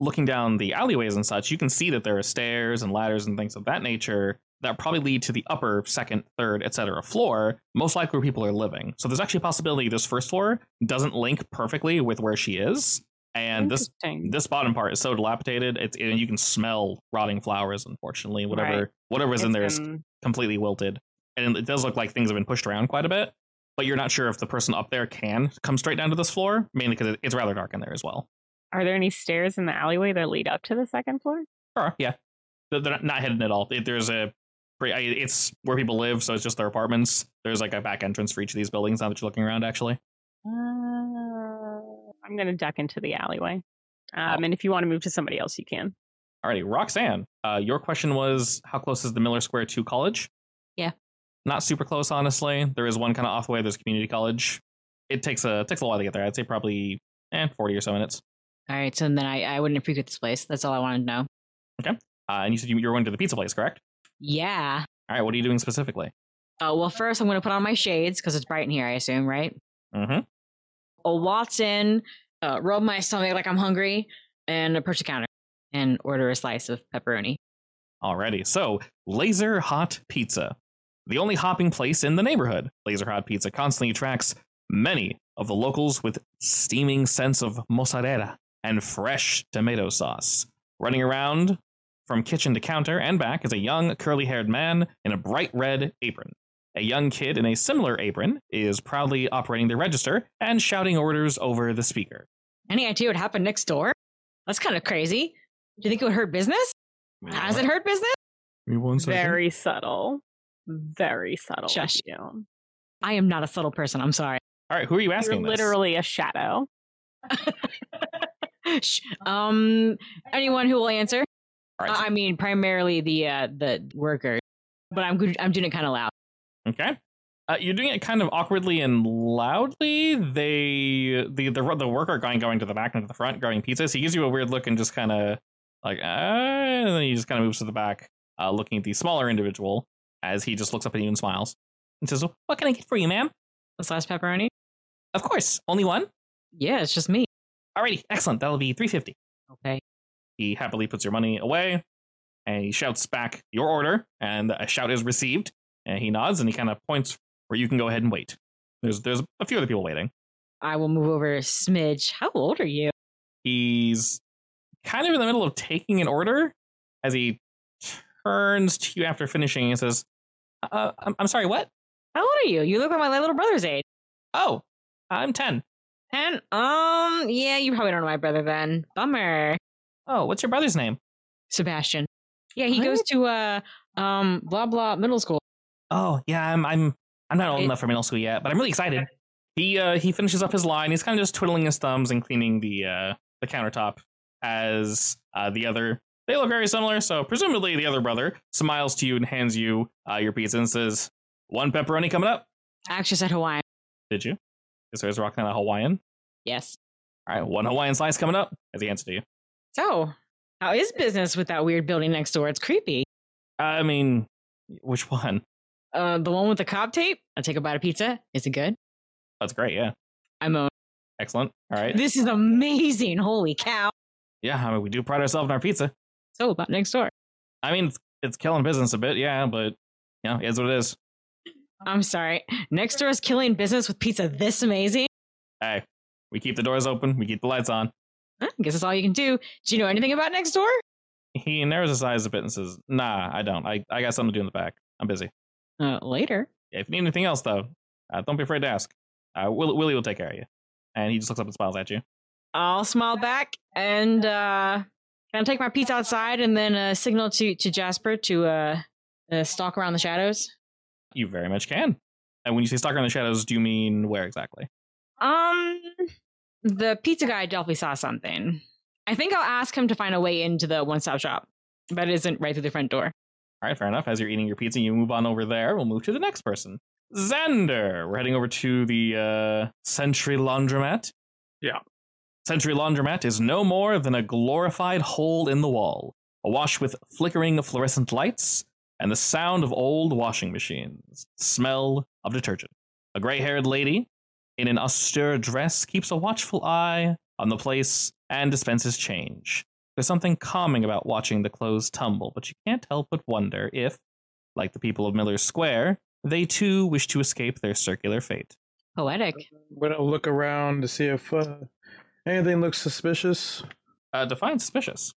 Speaker 1: Looking down the alleyways and such, you can see that there are stairs and ladders and things of that nature that probably lead to the upper, second, third, etc. floor, most likely where people are living. So there's actually a possibility this first floor doesn't link perfectly with where she is, and this
Speaker 2: Interesting.
Speaker 1: this bottom part is so dilapidated it's and you can smell rotting flowers unfortunately whatever
Speaker 2: Right.
Speaker 1: whatever is in
Speaker 2: It's
Speaker 1: there is
Speaker 2: been-
Speaker 1: completely wilted and it does look like things have been pushed around quite a bit but you're not sure if the person up there can come straight down to this floor mainly because it's rather dark in there as well
Speaker 2: Are there any stairs in the alleyway that lead up to the second floor?
Speaker 1: sure yeah they're they're not- not hidden at all It- there's a pre- I- it's where people live so it's just their apartments there's like a back entrance for each of these buildings now that you're looking around actually
Speaker 2: Uh, I'm going to duck into the alleyway. Um,
Speaker 1: Oh.
Speaker 2: And if you want to move to somebody else, you can.
Speaker 1: alrighty roxanne uh, your question was how close is the miller square to college
Speaker 3: Yeah.
Speaker 1: not super close honestly there is one kind of off the way there's community college it takes a takes a while to get there i'd say probably eh, 40 or so minutes
Speaker 3: All right, so then I, I wouldn't frequent this place. That's all I wanted to know.
Speaker 1: uh, and you said you, you were going to the pizza place correct
Speaker 3: Yeah.
Speaker 1: all right what are you doing specifically
Speaker 3: Uh, well, first I'm going to put on my shades because it's bright in here. I assume, right?
Speaker 1: Mm-hmm.
Speaker 3: I'll Watson, uh, rub my stomach like I'm hungry, and approach the counter and order a slice of pepperoni.
Speaker 1: Alrighty. So, Laser Hot Pizza. The only hopping place in the neighborhood, Laser Hot Pizza constantly attracts many of the locals with steaming sense of mozzarella and fresh tomato sauce. Running around from kitchen to counter and back is a young, curly haired man in a bright red apron. A young kid in a similar apron is proudly operating the register and shouting orders over the speaker.
Speaker 3: Any idea what happened next door? That's kind of crazy. Do you think it would hurt business? Has it hurt business?
Speaker 1: Give me one
Speaker 2: Very subtle. Very subtle.
Speaker 3: Shush.
Speaker 2: You.
Speaker 3: I am not a subtle person. I'm sorry.
Speaker 1: All right, who are you
Speaker 2: You're
Speaker 1: asking? this?
Speaker 2: literally a shadow.
Speaker 3: Sh- um, anyone who will answer.
Speaker 1: All
Speaker 3: Uh,
Speaker 1: right,
Speaker 3: I mean, primarily the uh, the workers, but I'm good. I'm doing it kind of loud.
Speaker 1: Okay. Uh, you're doing it kind of awkwardly and loudly. They the the the worker guy going to the back and to the front grabbing pizzas. He gives you a weird look and just kind of like ah, and then he just kind of moves to the back, uh, looking at the smaller individual as he just looks up at you and smiles and says, "What can I get for you, ma'am?
Speaker 3: This last pepperoni.
Speaker 1: Of course, only one.
Speaker 3: Yeah, it's just me.
Speaker 1: Alrighty, excellent. That'll be three fifty.
Speaker 3: Okay.
Speaker 1: He happily puts your money away and he shouts back your order, and a shout is received. And he nods and he kind of points where you can go ahead and wait. There's there's a few other people waiting.
Speaker 3: I will move over a smidge. How old are you?
Speaker 1: He's kind of in the middle of taking an order as he turns to you after finishing and says, uh, I'm, I'm sorry, what?
Speaker 3: How old are you? You look like my little brother's age.
Speaker 1: Oh, I'm 10.
Speaker 3: Ten. Um. Yeah, you probably don't know my brother then. Bummer.
Speaker 1: Oh, what's your brother's name?
Speaker 3: Sebastian. Yeah, he goes to uh um blah blah middle school.
Speaker 1: Oh, yeah, I'm I'm I'm not old
Speaker 3: It-
Speaker 1: enough for middle school yet, but I'm really excited. He uh he finishes up his line. He's kind of just twiddling his thumbs and cleaning the uh the countertop as uh the other they look very similar, so presumably the other brother smiles to you and hands you uh your pizza and says, "One pepperoni coming up."
Speaker 3: I actually said Hawaiian.
Speaker 1: Did you? Because there's rocking out a Hawaiian.
Speaker 3: Yes.
Speaker 1: All right, one Hawaiian slice coming up as he hands it to you.
Speaker 3: So, how is business with that weird building next door? It's creepy.
Speaker 1: I mean, which one?
Speaker 3: Uh, the one with the cob tape. I take a bite of pizza. Is it good?
Speaker 1: That's great. Yeah,
Speaker 3: I moan.
Speaker 1: excellent. All right.
Speaker 3: This is amazing. Holy cow.
Speaker 1: Yeah, I mean, we do pride ourselves on our pizza.
Speaker 3: So about next door.
Speaker 1: I mean, it's, it's killing business a bit, yeah, but you know, it is what it is.
Speaker 3: I'm sorry. Next door is killing business with pizza this amazing.
Speaker 1: Hey, we keep the doors open, we keep the lights on.
Speaker 3: Huh, I guess that's all you can do. Do you know anything about next door?
Speaker 1: He narrows his eyes a bit and says, Nah, I don't. I, I got something to do in the back. I'm busy.
Speaker 3: Uh, later.
Speaker 1: If you need anything else, though, uh, don't be afraid to ask. Uh, Will, Willie will take care of you. And he just looks up and smiles at you.
Speaker 3: I'll smile back and uh, can I take my pizza outside and then uh, signal to to Jasper to uh, uh, stalk around the shadows.
Speaker 1: You very much can. And when you say stalker in the shadows, do you mean where exactly?
Speaker 3: Um, the pizza guy definitely saw something. I think I'll ask him to find a way into the one stop shop that isn't right through the front door.
Speaker 1: All right, fair enough. As you're eating your pizza, you move on over there. We'll move to the next person, Xander. We're heading over to the uh, Sentry Laundromat.
Speaker 6: Yeah.
Speaker 1: Sentry Laundromat is no more than a glorified hole in the wall, awash with flickering fluorescent lights and the sound of old washing machines, smell of detergent. A gray haired lady in an austere dress keeps a watchful eye on the place and dispenses change. There's something calming about watching the clothes tumble, but you can't help but wonder if, like the people of Miller Square, they too wish to escape their circular fate.
Speaker 3: Poetic.
Speaker 4: We're gonna look around to see if uh, anything looks suspicious.
Speaker 1: Uh, define suspicious.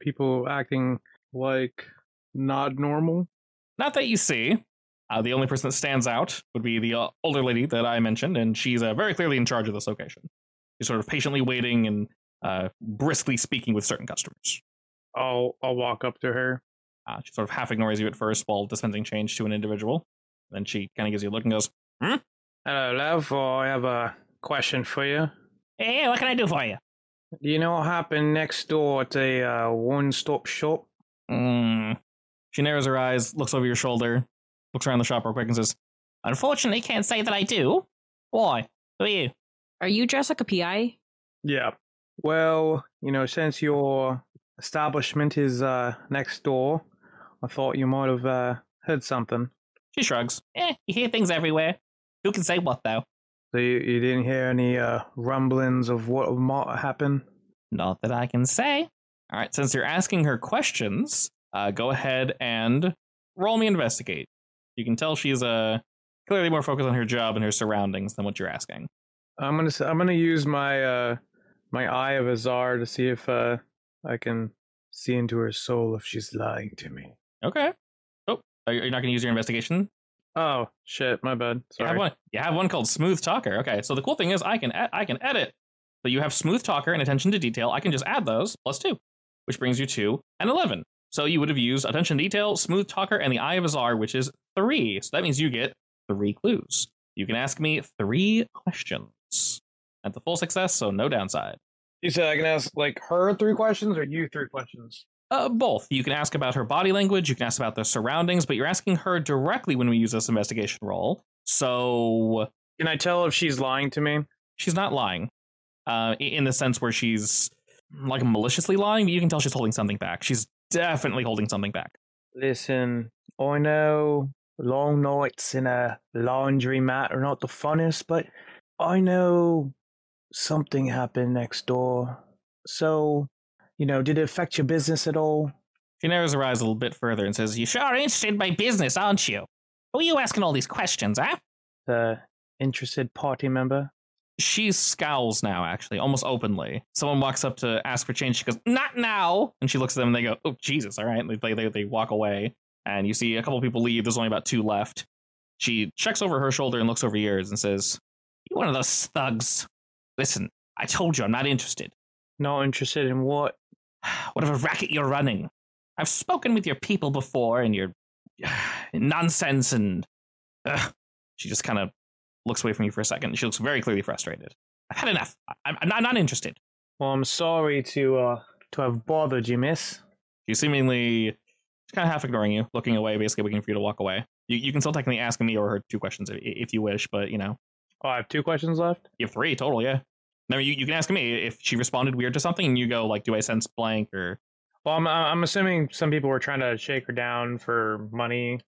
Speaker 4: People acting like not normal.
Speaker 1: Not that you see. Uh, the only person that stands out would be the uh, older lady that I mentioned, and she's uh, very clearly in charge of this location. She's sort of patiently waiting and uh, briskly speaking with certain customers.
Speaker 6: I'll I'll walk up to her.
Speaker 1: Uh, she sort of half ignores you at first while dispensing change to an individual. Then she kind of gives you a look and goes,
Speaker 4: Hello, love. Oh, I have a question for you.
Speaker 1: Hey, what can I do for you?
Speaker 4: Do you know what happened next door at a uh, one-stop shop?
Speaker 1: Mm. She narrows her eyes, looks over your shoulder, looks around the shop real quick, and says, Unfortunately, can't say that I do. Why? Who are you?
Speaker 3: Are you dressed like a PI?
Speaker 4: Yeah. Well, you know, since your establishment is uh, next door, I thought you might have uh, heard something.
Speaker 1: She shrugs. Eh, you hear things everywhere. Who can say what, though?
Speaker 4: So you, you didn't hear any uh, rumblings of what might happen?
Speaker 1: Not that I can say. All right, since you're asking her questions, uh, go ahead and roll me investigate. You can tell she's uh, clearly more focused on her job and her surroundings than what you're asking.
Speaker 6: I'm gonna s- I'm gonna use my uh my eye of Azar to see if uh I can
Speaker 4: See into her soul if she's lying to me.
Speaker 1: Okay. Oh, are you- are you not going to use your investigation?
Speaker 6: Oh shit, my bad.
Speaker 1: You have
Speaker 6: Sorry.
Speaker 1: one. You have one called Smooth Talker. Okay, so the cool thing is I can e- I can edit. So you have Smooth Talker and Attention to Detail. I can just add those plus two, which brings you to an eleven. So you would have used Attention to Detail, Smooth Talker, and the Eye of Azar, which is three. So that means you get three clues. You can ask me three questions at the full success, so no downside.
Speaker 6: You said I can ask like her three questions or you three questions?
Speaker 1: Uh, both. You can ask about her body language. You can ask about the surroundings, but you're asking her directly when we use this investigation roll. So
Speaker 6: Can I tell if she's lying to me?
Speaker 1: she's not lying uh, i- in the sense where she's like maliciously lying but you can tell she's holding something back she's definitely holding something back
Speaker 6: Listen,
Speaker 4: I know long nights in a laundromat are not the funnest, but I know something happened next door. So, you know, did it affect your business at all?
Speaker 1: she narrows her eyes a little bit further and says you sure are interested in my business aren't you who are you asking all these questions huh
Speaker 4: The interested party member?
Speaker 1: she scowls now actually almost openly someone walks up to ask for change she goes not now and she looks at them and they go oh jesus all right and they, they, they walk away and you see a couple people leave there's only about two left she checks over her shoulder and looks over yours and says you one of those thugs listen i told you i'm not interested
Speaker 6: not interested in what?
Speaker 1: whatever racket you're running. I've spoken with your people before and your nonsense and. Ugh. She just kind of looks away from you for a second. She looks very clearly frustrated. I've had enough. I- I'm, I'm, not, I'm not interested.
Speaker 6: Well, I'm sorry to uh to have bothered you, miss.
Speaker 1: She's seemingly she's kind of half ignoring you, looking away, basically waiting for you to walk away. You, you can still technically ask me or her two questions if, if you wish, but you know,
Speaker 6: Oh, I have two questions left.
Speaker 1: you have three total, yeah. No, you, you can ask me if she responded weird to something and you go, like, do I sense blank or.
Speaker 6: Well, I'm I'm assuming some people were trying to shake her down for money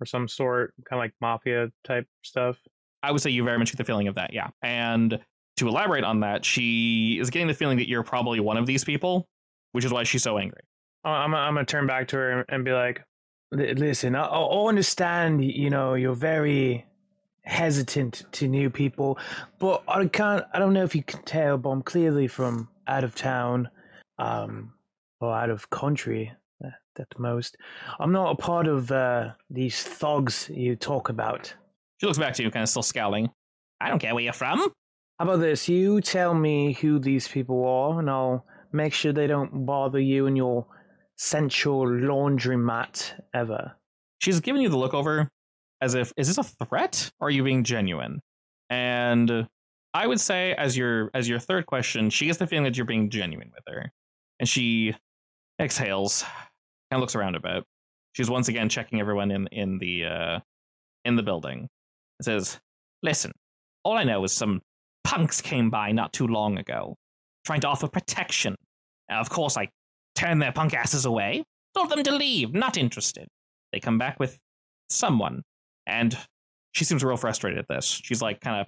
Speaker 6: or some sort, kind of like mafia type stuff.
Speaker 1: I would say you very much get the feeling of that, yeah. And to elaborate on that, she is getting the feeling that you're probably one of these people, which is why she's so angry.
Speaker 6: I'm I'm, I'm gonna turn back to her and be like,
Speaker 4: L- listen, I, I I understand, you know, you're very hesitant to new people, but I can't, I don't know if you can tell, but I'm clearly from out of town, um, or out of country uh, at the most. I'm not a part of uh, these thugs you talk about.
Speaker 1: She looks back to you, kind of still scowling. I don't care where you're from.
Speaker 4: How about this? You tell me who these people are, and I'll make sure they don't bother you in your central laundromat ever.
Speaker 1: She's giving you the look over as if, is this a threat? Or are you being genuine? And I would say as your as your third question, she gets the feeling that you're being genuine with her. And she exhales and looks around a bit. She's once again checking everyone in in the uh, in the building. It says, "Listen, all I know is some punks came by not too long ago, trying to offer protection. And of course, I turned their punk asses away, told them to leave, not interested. They come back with someone, and she seems real frustrated at this. She's like kind of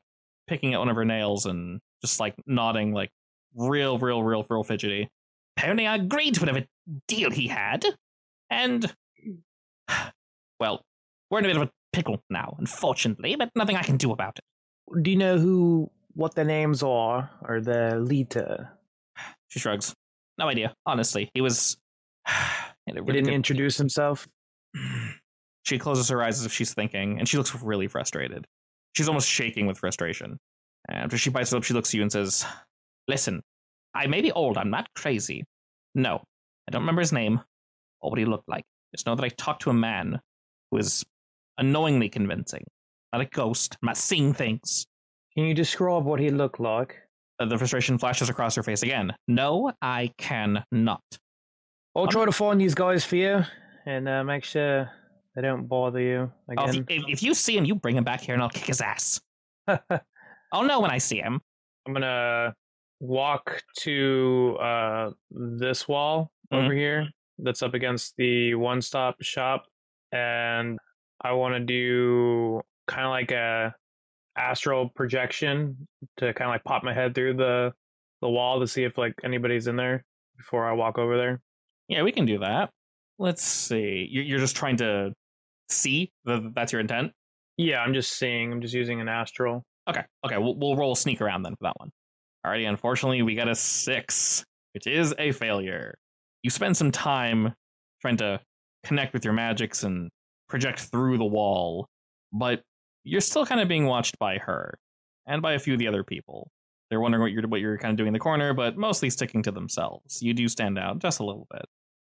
Speaker 1: picking at one of her nails and just like nodding, like real, real, real, real fidgety. Apparently, I agreed to whatever deal he had, and well, we're in a bit of a pickle now, unfortunately, but nothing I can do about it.
Speaker 4: do you know who what their names are or their leader?
Speaker 1: She shrugs. No idea, honestly. He was. He
Speaker 4: He didn't introduce himself.
Speaker 1: She closes her eyes as if she's thinking, and she looks really frustrated. She's almost shaking with frustration. And after she bites it up, she looks at you and says, Listen, I may be old, I'm not crazy. No, I don't remember his name or what he looked like. Just know that I talked to a man who is unknowingly convincing. Not a ghost, I'm not seeing things.
Speaker 4: Can you describe what he looked like?
Speaker 1: Uh, the frustration flashes across her face again. No, I can not.
Speaker 4: I'll
Speaker 1: I'm-
Speaker 4: try to find these guys for you and uh, make sure they don't bother you
Speaker 1: Oh, if,
Speaker 4: again.
Speaker 1: if, if you see him, you bring him back here and I'll kick his ass. I'll know when I see him.
Speaker 6: I'm gonna walk to uh this wall
Speaker 1: Mhm.
Speaker 6: over here that's up against the one stop shop and I want to do kind of like a astral projection to kind of like pop my head through the the wall to see if like anybody's in there before I walk over there.
Speaker 1: Yeah, we can do that. Let's see. You're, you're just trying to see that that's your intent.
Speaker 6: Yeah, I'm just seeing. I'm just using an astral.
Speaker 1: Okay, okay, we'll, we'll roll sneak around then for that one. Alrighty, unfortunately, we got a six, which is a failure. You spend some time trying to connect with your magics and project through the wall, but you're still kind of being watched by her and by a few of the other people. They're wondering what you're what you're kind of doing in the corner, but mostly sticking to themselves. You do stand out just a little bit,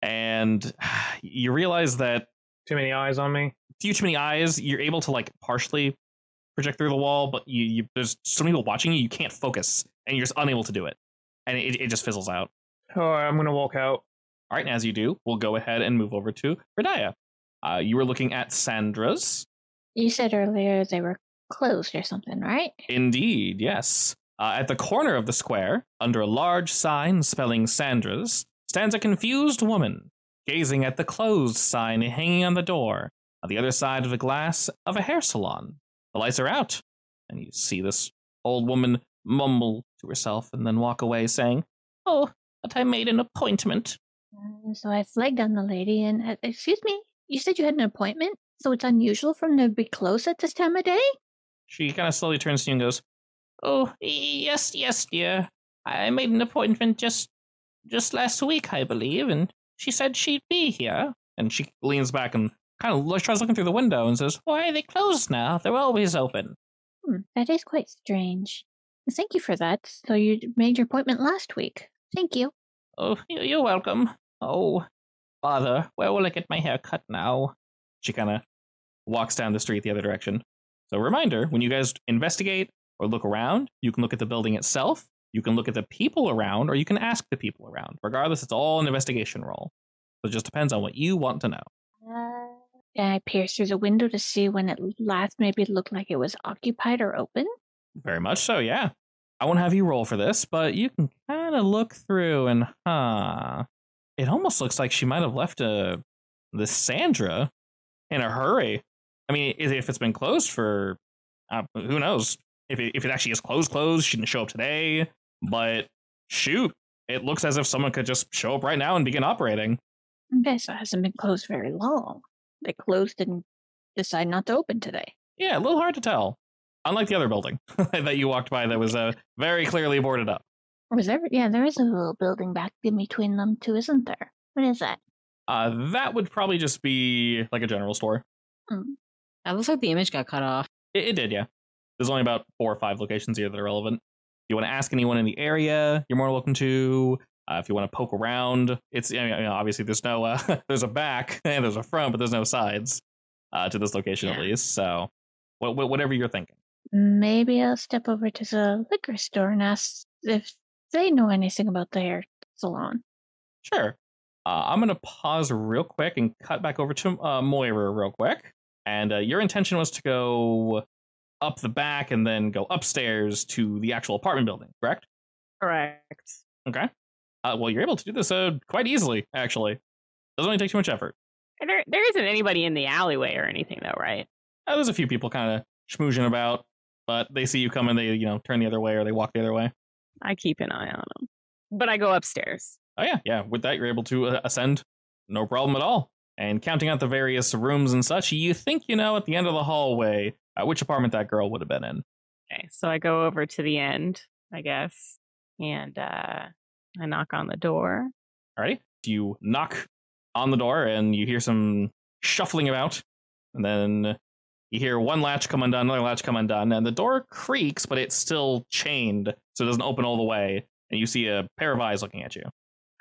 Speaker 1: and you realize that
Speaker 6: Too many eyes on me.
Speaker 1: few too many eyes, you're able to like partially project through the wall, but you, you there's so many people watching you, you can't focus, and you're just unable to do it, and it, it just fizzles out.
Speaker 6: Oh, I'm gonna walk out.
Speaker 1: All right, and as you do, we'll go ahead and move over to Radaya. Uh, you were looking at Sandra's.
Speaker 5: You said earlier they were closed or something, right?
Speaker 1: Indeed, yes. Uh, at the corner of the square, under a large sign spelling Sandra's, stands a confused woman, gazing at the closed sign hanging on the door on the other side of the glass of a hair salon. The lights are out, and you see this old woman mumble to herself and then walk away, saying, Oh, but I made an appointment.
Speaker 5: Uh, So I flagged down the lady and, uh, excuse me, you said you had an appointment? So it's unusual for them to be closed at this time of day?
Speaker 1: She kind of slowly turns to you and goes, "Oh, y- yes, yes, dear. I made an appointment just just last week, I believe, and she said she'd be here." And she leans back and kind of lo- tries looking through the window and says, "Why are they closed now? They're always open."
Speaker 5: Hmm, that is quite strange. Thank you for that. So you d- made your appointment last week. Thank you.
Speaker 1: Oh, you- you're welcome. Oh, bother. Where will I get my hair cut now? She kind of walks down the street the other direction. So, reminder when you guys investigate or look around, you can look at the building itself, you can look at the people around, or you can ask the people around. Regardless, it's all an investigation roll. So, it just depends on what you want to know.
Speaker 5: Uh, I peered through the window to see when it last maybe looked like it was occupied or open.
Speaker 1: Very much so, yeah. I won't have you roll for this, but you can kind of look through and, huh. It almost looks like she might have left a, the Sandra in a hurry. I mean, i- if it's been closed for, uh, who knows? If it, if it actually is closed, closed, she didn't show up today. But shoot, it looks as if someone could just show up right now and begin operating.
Speaker 5: Okay, so it hasn't been closed very long. They closed and decided not to open today.
Speaker 1: Yeah, a little hard to tell. Unlike the other building that you walked by that was uh, very clearly boarded up.
Speaker 5: Was there? Yeah, there is a little building back in between them two, isn't there? What is that?
Speaker 1: Uh, that would probably just be like a general store.
Speaker 3: That looks like the image got cut off.
Speaker 1: It, it did, yeah. There's only about four or five locations here that are relevant. If you want to ask anyone in the area, you're more welcome to. Uh, if you want to poke around, it's I mean, I mean, obviously there's no uh, there's a back and there's a front, but there's no sides uh, to this location at
Speaker 3: Yeah.
Speaker 1: least. So, wha- wha- whatever you're thinking.
Speaker 5: Maybe I'll step over to the liquor store and ask if they know anything about the hair salon.
Speaker 1: Sure. Uh, I'm going to pause real quick and cut back over to uh, Moira real quick. And uh, your intention was to go up the back and then go upstairs to the actual apartment building, correct?
Speaker 2: Correct.
Speaker 1: Okay. Uh, well, you're able to do this uh, quite easily, actually. Doesn't really take too much effort.
Speaker 2: There, there isn't anybody in the alleyway or anything, though, right?
Speaker 1: Uh, there's a few people kind of schmoozing about, but they see you coming, they, you know, turn the other way or they walk the other way.
Speaker 2: I keep an eye on them. But I go upstairs.
Speaker 1: Oh yeah, yeah. With that, you're able to uh, ascend, no problem at all. And counting out the various rooms and such, you think you know at the end of the hallway uh, which apartment that girl would have been in.
Speaker 2: Okay, so I go over to the end, I guess, and uh, I knock on the door.
Speaker 1: Alrighty, you knock on the door and you hear some shuffling about, and then you hear one latch come undone, another latch come undone, and the door creaks, but it's still chained, so it doesn't open all the way. And you see a pair of eyes looking at you.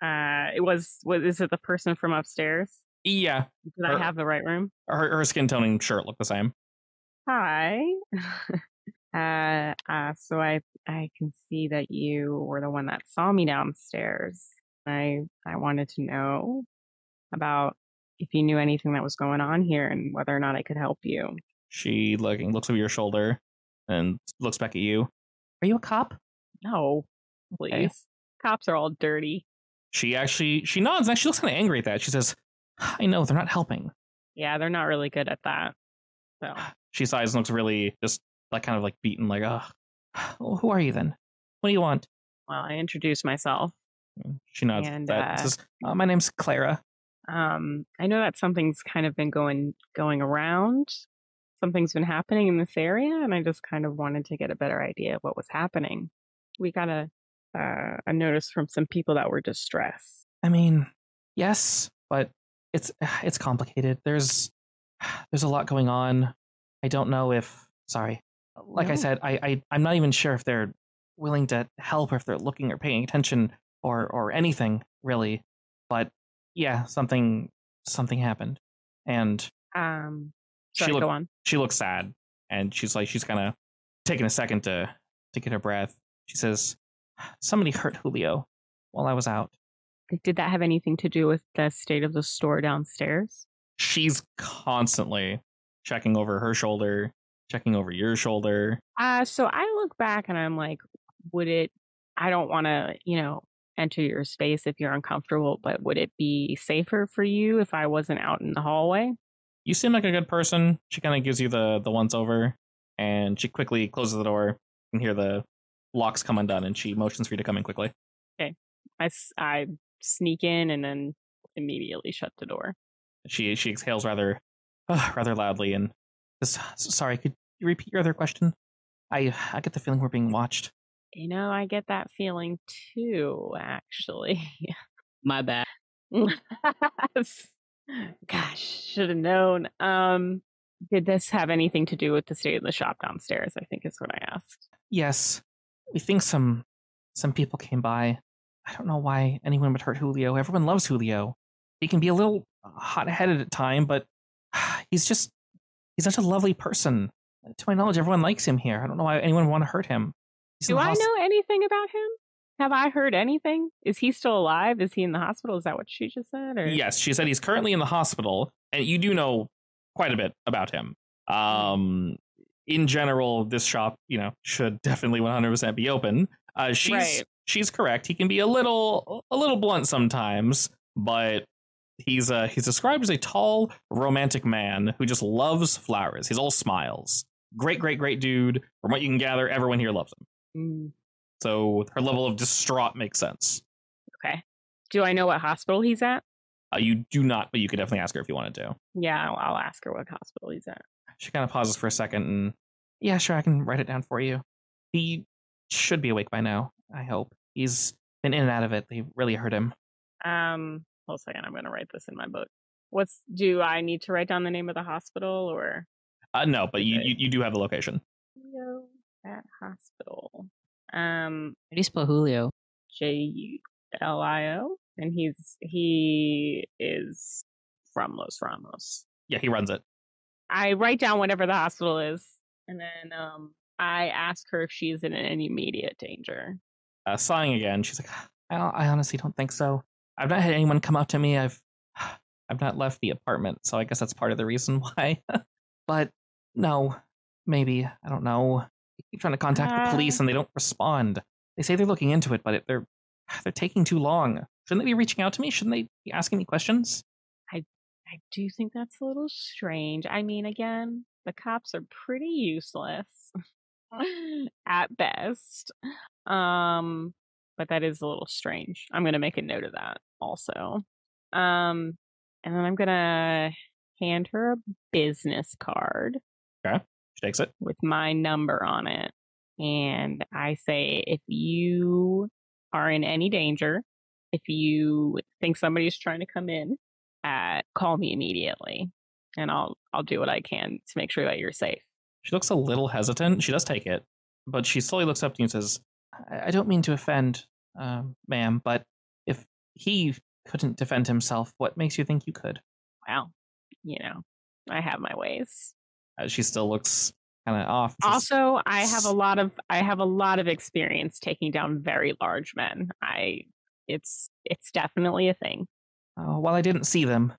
Speaker 2: Uh, it was, was is it the person from upstairs?
Speaker 1: Yeah,
Speaker 2: Did I
Speaker 1: Her.
Speaker 2: have the right room?
Speaker 1: her, her skin tone and shirt look the same.
Speaker 2: Hi. uh, uh, so I I can see that you were the one that saw me downstairs. I I wanted to know about if you knew anything that was going on here and whether or not I could help you.
Speaker 1: She looking looks over your shoulder and looks back at you. Are you a cop?
Speaker 2: No, please. Cops are all dirty.
Speaker 1: She actually she nods and she looks kind of angry at that. She says, "I know they're not helping."
Speaker 2: Yeah, they're not really good at that. So
Speaker 1: She sighs and looks really just like kind of like beaten, like, ugh. Well, who are you then? What do you want?
Speaker 2: well, I introduced myself.
Speaker 1: She nods.
Speaker 2: And,
Speaker 1: that
Speaker 2: uh,
Speaker 1: says, uh, my name's Clara.
Speaker 2: Um, I know that something's kind of been going going around. Something's been happening in this area, and I just kind of wanted to get a better idea of what was happening. We got a uh, a notice from some people that were distressed.
Speaker 1: I mean, yes, but it's it's complicated. There's there's a lot going on. I don't know if sorry. Like I
Speaker 2: No.
Speaker 1: said, I, I I'm not even sure if they're willing to help or if they're looking or paying attention or or anything really. But yeah, something something happened. And
Speaker 2: Um,
Speaker 1: She
Speaker 2: sorry,
Speaker 1: looked-
Speaker 2: go on.
Speaker 1: she looks sad and she's like she's kind of taking a second to to get her breath. She says, "Somebody hurt Julio while I was out."
Speaker 2: Did that have anything to do with the state of the store downstairs?
Speaker 1: she's constantly checking over her shoulder, checking over your shoulder.
Speaker 2: Uh, so I look back and I'm like, would it, I don't want to, you know, enter your space if you're uncomfortable, but would it be safer for you if I wasn't out in the hallway?
Speaker 1: You seem like a good person. She kind of gives you the the once over, and she quickly closes the door. You can hear the locks come undone, and she motions for you to come in quickly.
Speaker 2: I, s- I sneak in and then immediately shut the door.
Speaker 1: She she exhales rather rather loudly and says, "Sorry, could you repeat your other question? I I get the feeling we're being watched."
Speaker 2: You know, I get that feeling too, actually.
Speaker 3: My bad.
Speaker 2: Gosh, should have known. Um, did this have anything to do with the state of the shop downstairs? I think is what I asked.
Speaker 1: Yes, we think some some people came by. I don't know why anyone would hurt Julio. Everyone loves Julio. He can be a little hot-headed at time, but he's just he's such a lovely person. To my knowledge, everyone likes him here. I don't know why anyone would want to hurt him. He's in
Speaker 2: Do
Speaker 1: the
Speaker 2: I
Speaker 1: hos-
Speaker 2: know anything about him? Have I heard anything? Is he still alive? Is he in the hospital? Is that what she just said? Or
Speaker 1: Yes, she said he's currently in the hospital, and you do know quite a bit about him. Um, in general, this shop, you know, should definitely 100% be open. Uh, she's
Speaker 2: Right.
Speaker 1: she's correct. He can be a little a little blunt sometimes, but he's uh he's described as a tall, romantic man who just loves flowers. He's all smiles. Great, great, great dude. From what you can gather, everyone here loves him.
Speaker 2: Mm,
Speaker 1: So her level of distraught makes sense.
Speaker 2: okay. Do I know what hospital he's at?
Speaker 1: Uh, you do not, but you could definitely ask her if you wanted to.
Speaker 2: Yeah, I'll, I'll ask her what hospital he's at.
Speaker 1: She kind of pauses for a second and, yeah, sure, I can write it down for you. He should be awake by now, I hope. He's been in and out of it. They really hurt him.
Speaker 2: Um, hold a second. I'm going to write this in my book. What's do I need to write down the name of the hospital or?
Speaker 1: Uh, no, but you, you, you do have the location.
Speaker 2: Julio at hospital. Um,
Speaker 3: How do you spell Julio?
Speaker 2: J U L I O, and he's he is from Los Ramos.
Speaker 1: Yeah, he runs it.
Speaker 2: I write down whatever the hospital is, and then um, I ask her if she's in any immediate danger.
Speaker 1: Uh, sighing again, she's like, I, I honestly don't think so. I've not had anyone come up to me. I've I've not left the apartment, so I guess that's part of the reason why. but no, maybe I don't know. I keep trying to contact the police
Speaker 2: Uh.
Speaker 1: and they don't respond. They say they're looking into it, but it, they're they're taking too long. Shouldn't they be reaching out to me? Shouldn't they be asking me questions?
Speaker 2: I do think that's a little strange. I mean, again, the cops are pretty useless at best. Um, but that is a little strange. I'm gonna make a note of that also. Um, and then I'm gonna hand her a business card
Speaker 1: She takes it.
Speaker 2: with my number on it. And I say, if you are in any danger, if you think somebody's trying to come in, uh, call me immediately, and I'll I'll do what I can to make sure that you're safe.
Speaker 1: She looks a little hesitant. She does take it, but she slowly looks up to you and says, I, I don't mean to offend, um, ma'am, but if he couldn't defend himself, what makes you think you could?
Speaker 2: Well, you know, I have my ways.
Speaker 1: Uh, she still looks kind of off. and says,
Speaker 2: Also, I have a lot of I have a lot of experience taking down very large men. I it's it's definitely a thing.
Speaker 1: "Oh, while I didn't see them,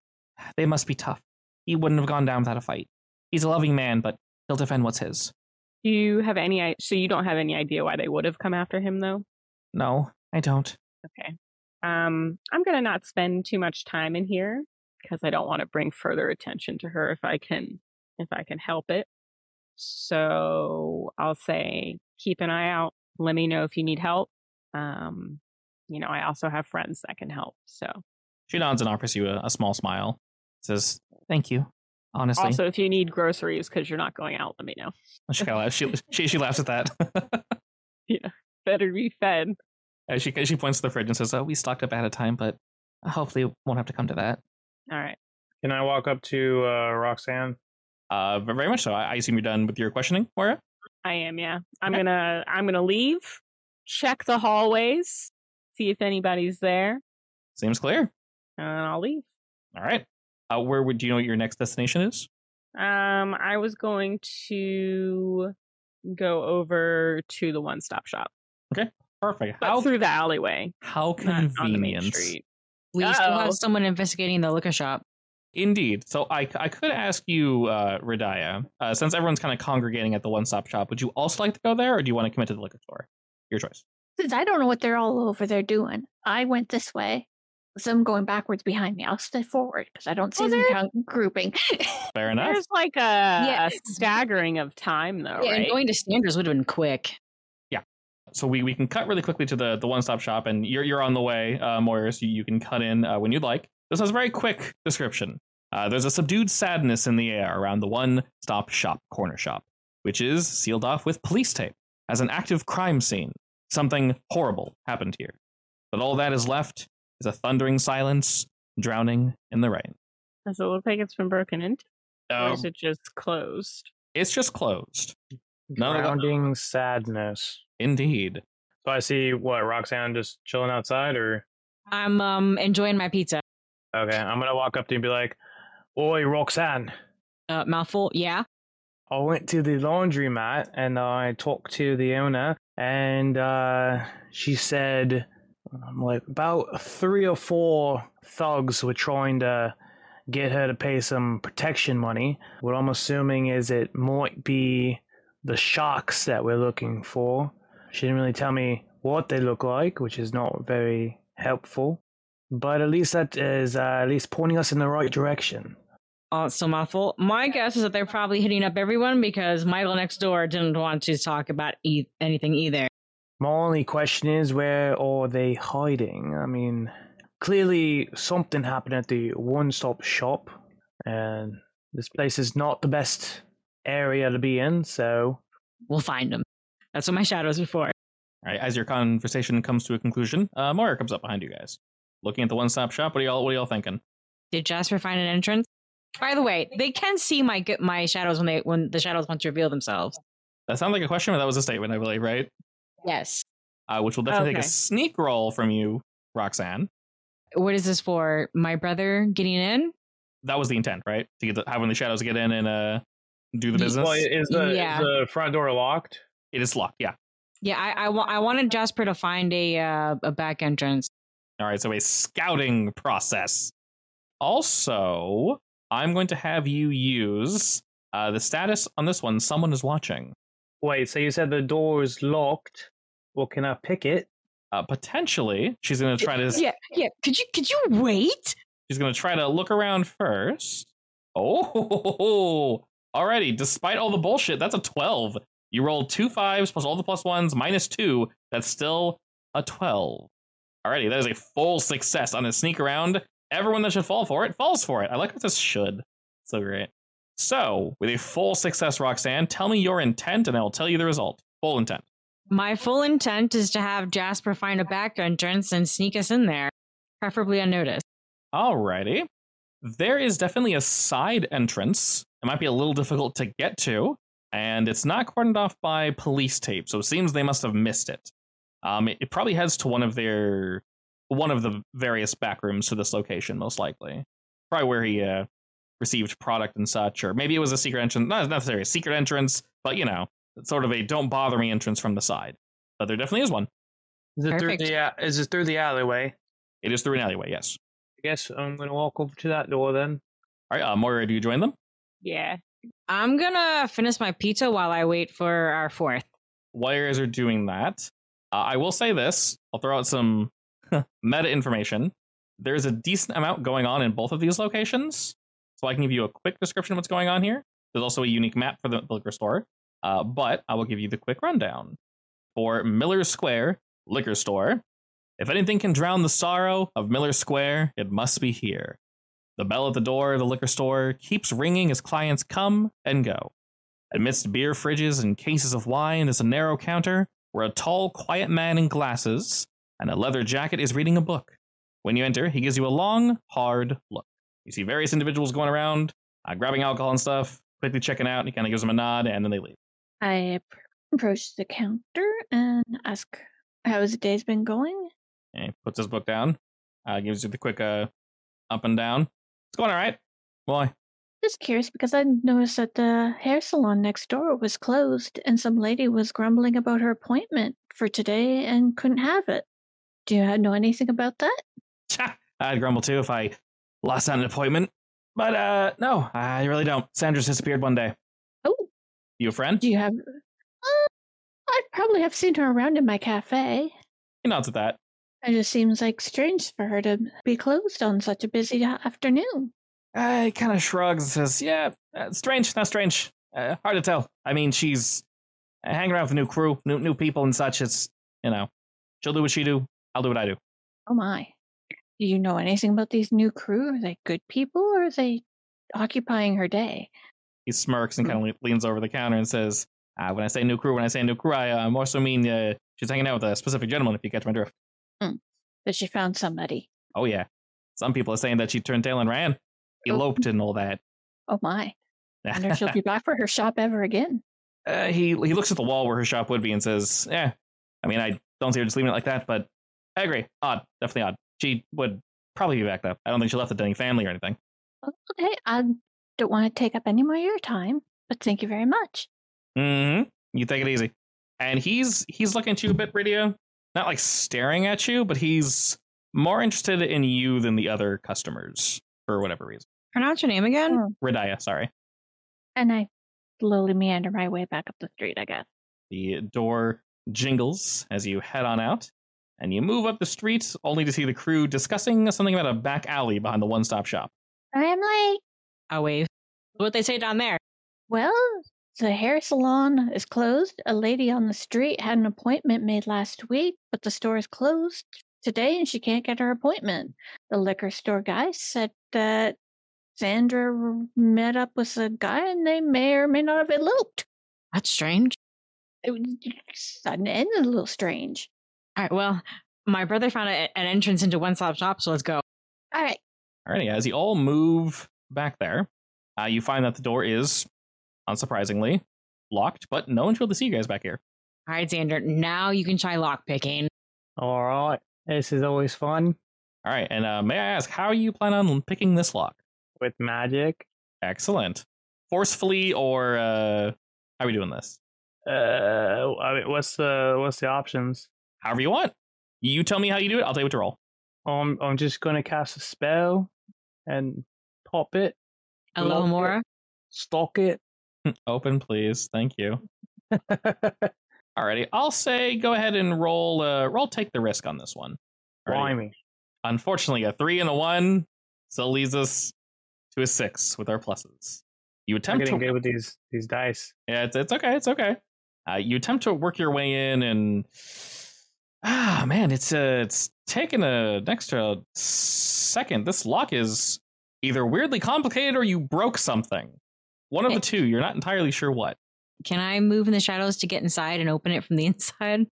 Speaker 1: they must be tough. He wouldn't have gone down without a fight. He's a loving man, but he'll defend what's his.
Speaker 2: Do you have any i- so you don't have any idea why they would have come after him though?
Speaker 1: No, I don't.
Speaker 2: Okay. Um, I'm going to not spend too much time in here because I don't want to bring further attention to her if I can if I can help it. So I'll say keep an eye out. Let me know if you need help. Um, you know, I also have friends that can help. So
Speaker 1: She nods and offers you a, a small smile. Says, "Thank you." Honestly,
Speaker 2: also if you need groceries because you're not going out, let me know.
Speaker 1: she, kinda laughs. she she she laughs at that.
Speaker 2: Better be fed.
Speaker 1: Uh, she she points to the fridge and says, "Oh, we stocked up ahead of time, but hopefully it won't have to come to that."
Speaker 2: All right.
Speaker 6: Can I walk up to uh, Roxanne?
Speaker 1: Uh, but very much so. I, I assume you're done with your questioning, Moira.
Speaker 2: I am, yeah. I'm gonna I'm gonna leave, check the hallways, see if anybody's there,
Speaker 1: Seems clear.
Speaker 2: and then I'll leave.
Speaker 1: All right. Uh, where would do you know what your next destination is?
Speaker 2: Um, I was going to go over to the one stop shop,
Speaker 1: Perfect.
Speaker 2: but
Speaker 1: How
Speaker 2: through the alleyway,
Speaker 1: how
Speaker 2: not on the main
Speaker 1: convenient.
Speaker 2: street.
Speaker 3: We still
Speaker 2: Uh-oh.
Speaker 3: have someone investigating the liquor shop.
Speaker 1: Indeed. So I I could ask you, uh, Radaya, uh, since everyone's kind of congregating at the one stop shop, would you also like to go there, or do you want to commit to the liquor store? Your choice.
Speaker 5: Since I don't know what they're all over there doing, I went this way. Some going backwards behind me. I'll stay forward because I don't see
Speaker 2: Well,
Speaker 5: them
Speaker 2: there-
Speaker 5: count- grouping.
Speaker 1: Fair enough.
Speaker 2: There's like a,
Speaker 3: Yeah.
Speaker 2: a staggering of time though,
Speaker 3: yeah, and
Speaker 2: right?
Speaker 3: going to Sanders would have been quick.
Speaker 1: so we, we can cut really quickly to the, the one stop shop, and you're, you're on the way, uh, Moira, so you can cut in uh, when you'd like. This has a very quick description. Uh, there's a subdued sadness in the air around the one stop shop corner shop, which is sealed off with police tape as an active crime scene. Something horrible happened here. But all that is left is a thundering silence, drowning in the rain.
Speaker 2: Does it look like it's been broken into, or
Speaker 1: Um,
Speaker 2: is it just closed?
Speaker 1: it's just closed. No, no, no.
Speaker 6: Grounding sadness.
Speaker 1: Indeed.
Speaker 6: So I see what Roxanne just chilling outside, or
Speaker 3: I'm um enjoying my pizza.
Speaker 6: okay, I'm gonna walk up to you and be like, "Oi, Roxanne,
Speaker 3: Uh, mouthful, yeah.
Speaker 6: I went to the laundromat and I talked to the owner, and uh, she said, I'm like, about three or four thugs were trying to get her to pay some protection money. What I'm assuming is it might be the sharks that we're looking for. She didn't really tell me what they look like, which is not very helpful. But at least that is uh, at least pointing us in the right direction.
Speaker 3: Oh, it's still mouthful. My guess is that they're probably hitting up everyone because Michael next door didn't want to talk about e- anything either.
Speaker 6: My only question is where are they hiding? I mean, clearly something happened at the one stop shop, and this place is not the best area to be in, so.
Speaker 3: We'll find them. That's what my shadows are for.
Speaker 1: All right, as your conversation comes to a conclusion, uh, Moira comes up behind you guys. Looking at the one stop shop, what are y'all what are y'all thinking?
Speaker 3: Did Jasper find an entrance? By the way, they can see my g- my shadows when they when the shadows want to reveal themselves.
Speaker 1: That sounded like a question, but that was a statement, I believe, right?
Speaker 3: Yes.
Speaker 1: Uh, which will definitely take
Speaker 2: Okay.
Speaker 1: a sneak roll from you, Roxanne.
Speaker 3: What is this for? My brother getting in?
Speaker 1: That was the intent, right? To get the, having the shadows get in and uh, do the
Speaker 3: Ye-
Speaker 1: business.
Speaker 6: is
Speaker 3: the- is Yeah.
Speaker 6: the front door locked?
Speaker 1: it is locked, yeah.
Speaker 3: Yeah, I I, wa- I wanted Jasper to find a uh, a back entrance.
Speaker 1: All right, so a scouting process. Also, I'm going to have you use uh, the status on this one. Someone is watching.
Speaker 6: Wait, so you said the door is locked. Well, can I pick it?
Speaker 1: Uh, potentially, she's going to try to
Speaker 3: Yeah, yeah. Could you could you wait?
Speaker 1: She's gonna try to look around first. Oh, alrighty. Despite all the bullshit, that's a twelve. You roll two fives plus all the plus ones minus two. That's still a twelve. Alrighty, that is a full success on a sneak around. Everyone that should fall for it falls for it. I like how this should. So great. So, with a full success, Roxanne, tell me your intent, and I will tell you the result. Full intent.
Speaker 3: My full intent is to have Jasper find a back entrance and sneak us in there, preferably unnoticed.
Speaker 1: Alrighty. There is definitely a side entrance. It might be a little difficult to get to, and it's not cordoned off by police tape, so it seems they must have missed it. Um, it, it probably heads to one of their one of the various back rooms to this location, most likely. Probably where he uh, received product and such, or maybe it was a secret entrance. Not necessarily a secret entrance, but you know, it's sort of a don't bother me entrance from the side. But there definitely is one.
Speaker 6: Is it through
Speaker 3: Perfect.
Speaker 6: the uh, is it through the alleyway?
Speaker 1: It is through an alleyway, yes.
Speaker 6: I guess I'm gonna walk over to that door then.
Speaker 1: All right, uh, Moira, do you join them?
Speaker 2: Yeah,
Speaker 3: I'm gonna finish my pizza while I wait for our fourth.
Speaker 1: while you guys are doing that, uh, I will say this. I'll throw out some meta information. There's a decent amount going on in both of these locations. So I can give you a quick description of what's going on here. There's also a unique map for the liquor store, uh, but I will give you the quick rundown. For Miller Square Liquor Store, if anything can drown the sorrow of Miller Square, it must be here. The bell at the door of the liquor store keeps ringing as clients come and go. Amidst beer fridges and cases of wine is a narrow counter where a tall, quiet man in glasses and a leather jacket is reading a book. When you enter, he gives you a long, hard look. You see various individuals going around, uh, grabbing alcohol and stuff, quickly checking out, and he kind of gives them a nod, and then they leave.
Speaker 5: I pr- approach the counter and ask, "How has the day's been going?"
Speaker 1: And he puts his book down, uh, gives you the quick uh, up and down. It's going all right. Why?
Speaker 5: Just curious because I noticed that the hair salon next door was closed, and some lady was grumbling about her appointment for today and couldn't have it. Do you know anything about that?
Speaker 1: Cha! I'd grumble too if I lost out an appointment. But uh, no, I really don't. Sandra's disappeared one day.
Speaker 5: Oh.
Speaker 1: You a friend?
Speaker 5: Do you have? Uh, I probably have seen her around in my cafe.
Speaker 1: He nods at that.
Speaker 5: It just seems like strange for her to be closed on such a busy a- afternoon.
Speaker 1: Uh, he kind of shrugs and says, "Yeah, uh, strange, not strange. Uh, hard to tell. I mean, she's uh, hanging around with new crew, new new people and such. It's you know, she'll do what she do. I'll do what I do.
Speaker 5: Oh my! Do you know anything about these new crew? Are they good people, or are they occupying her day?
Speaker 1: He smirks and kind of leans over the counter and says, uh, "When I say new crew, when I say new crew, I uh, more so mean uh, she's hanging out with a specific gentleman. If you catch my drift.
Speaker 5: That she found somebody?
Speaker 1: Oh yeah. Some people are saying that she turned tail and ran, eloped and all that.
Speaker 5: Oh my! Wonder if she'll be back for her shop ever again.
Speaker 1: Uh, he he looks at the wall where her shop would be and says, "Yeah, I mean, I don't see her just leaving it like that, but I agree. Odd, definitely odd. She would probably be back though. I don't think she left it to any family or anything."
Speaker 5: Okay, I don't want to take up any more of your time, but thank you very much.
Speaker 1: hmm You take it easy. And he's he's looking at you a bit, Radio. Not like staring at you, but he's more interested in you than the other customers for whatever reason.
Speaker 3: Pronounce your name again.
Speaker 5: Oh.
Speaker 1: Radia, sorry.
Speaker 5: And I slowly meander my way back up the street. I guess.
Speaker 1: The door jingles as you head on out, and you move up the street only to see the crew discussing something about a back alley behind the one stop shop.
Speaker 5: I am like,
Speaker 3: I'll wave. What they say down there?
Speaker 5: well, the hair salon is closed. A lady on the street had an appointment made last week, but the store is closed today and she can't get her appointment. The liquor store guy said that Sandra r- met up with a guy and they may or may not have eloped.
Speaker 3: That's strange.
Speaker 5: It was sudden and a little strange.
Speaker 3: All right. Well, my brother found a, an entrance into One Stop Shop, so let's go.
Speaker 5: All right.
Speaker 1: Alrighty, as you all move back there, uh, you find that the door is, unsurprisingly, locked, but no one's able to see you guys back here.
Speaker 3: All right, Xander. Now you can try lock picking.
Speaker 6: All right. This is always fun
Speaker 1: All right, and uh, may I ask, how you plan on picking this lock?
Speaker 6: with magic.
Speaker 1: Excellent. Forcefully or uh, how are we doing this?
Speaker 6: Uh, I mean, what's the what's the options?
Speaker 1: However you want. You tell me how you do it. I'll tell you what to roll.
Speaker 6: I'm I'm just gonna cast a spell and pop it,
Speaker 3: Hello,
Speaker 6: Lock
Speaker 3: Mora.
Speaker 6: stock it.
Speaker 1: Open, please. Thank you. Alrighty, I'll say go ahead and roll. Uh, roll. Take the risk on this one. Alrighty.
Speaker 6: Blimey.
Speaker 1: Unfortunately, a three and a one still leads us to a six with our pluses. You
Speaker 6: I'm
Speaker 1: attempt to
Speaker 6: getting good with these these dice.
Speaker 1: Yeah, it's, it's okay. It's okay. Uh, you attempt to work your way in, and ah, man, it's uh, it's taking a, an extra second. This lock is either weirdly complicated or you broke something. One of the two. You're not entirely sure what.
Speaker 3: Can I move in the shadows to get inside and open it from the inside?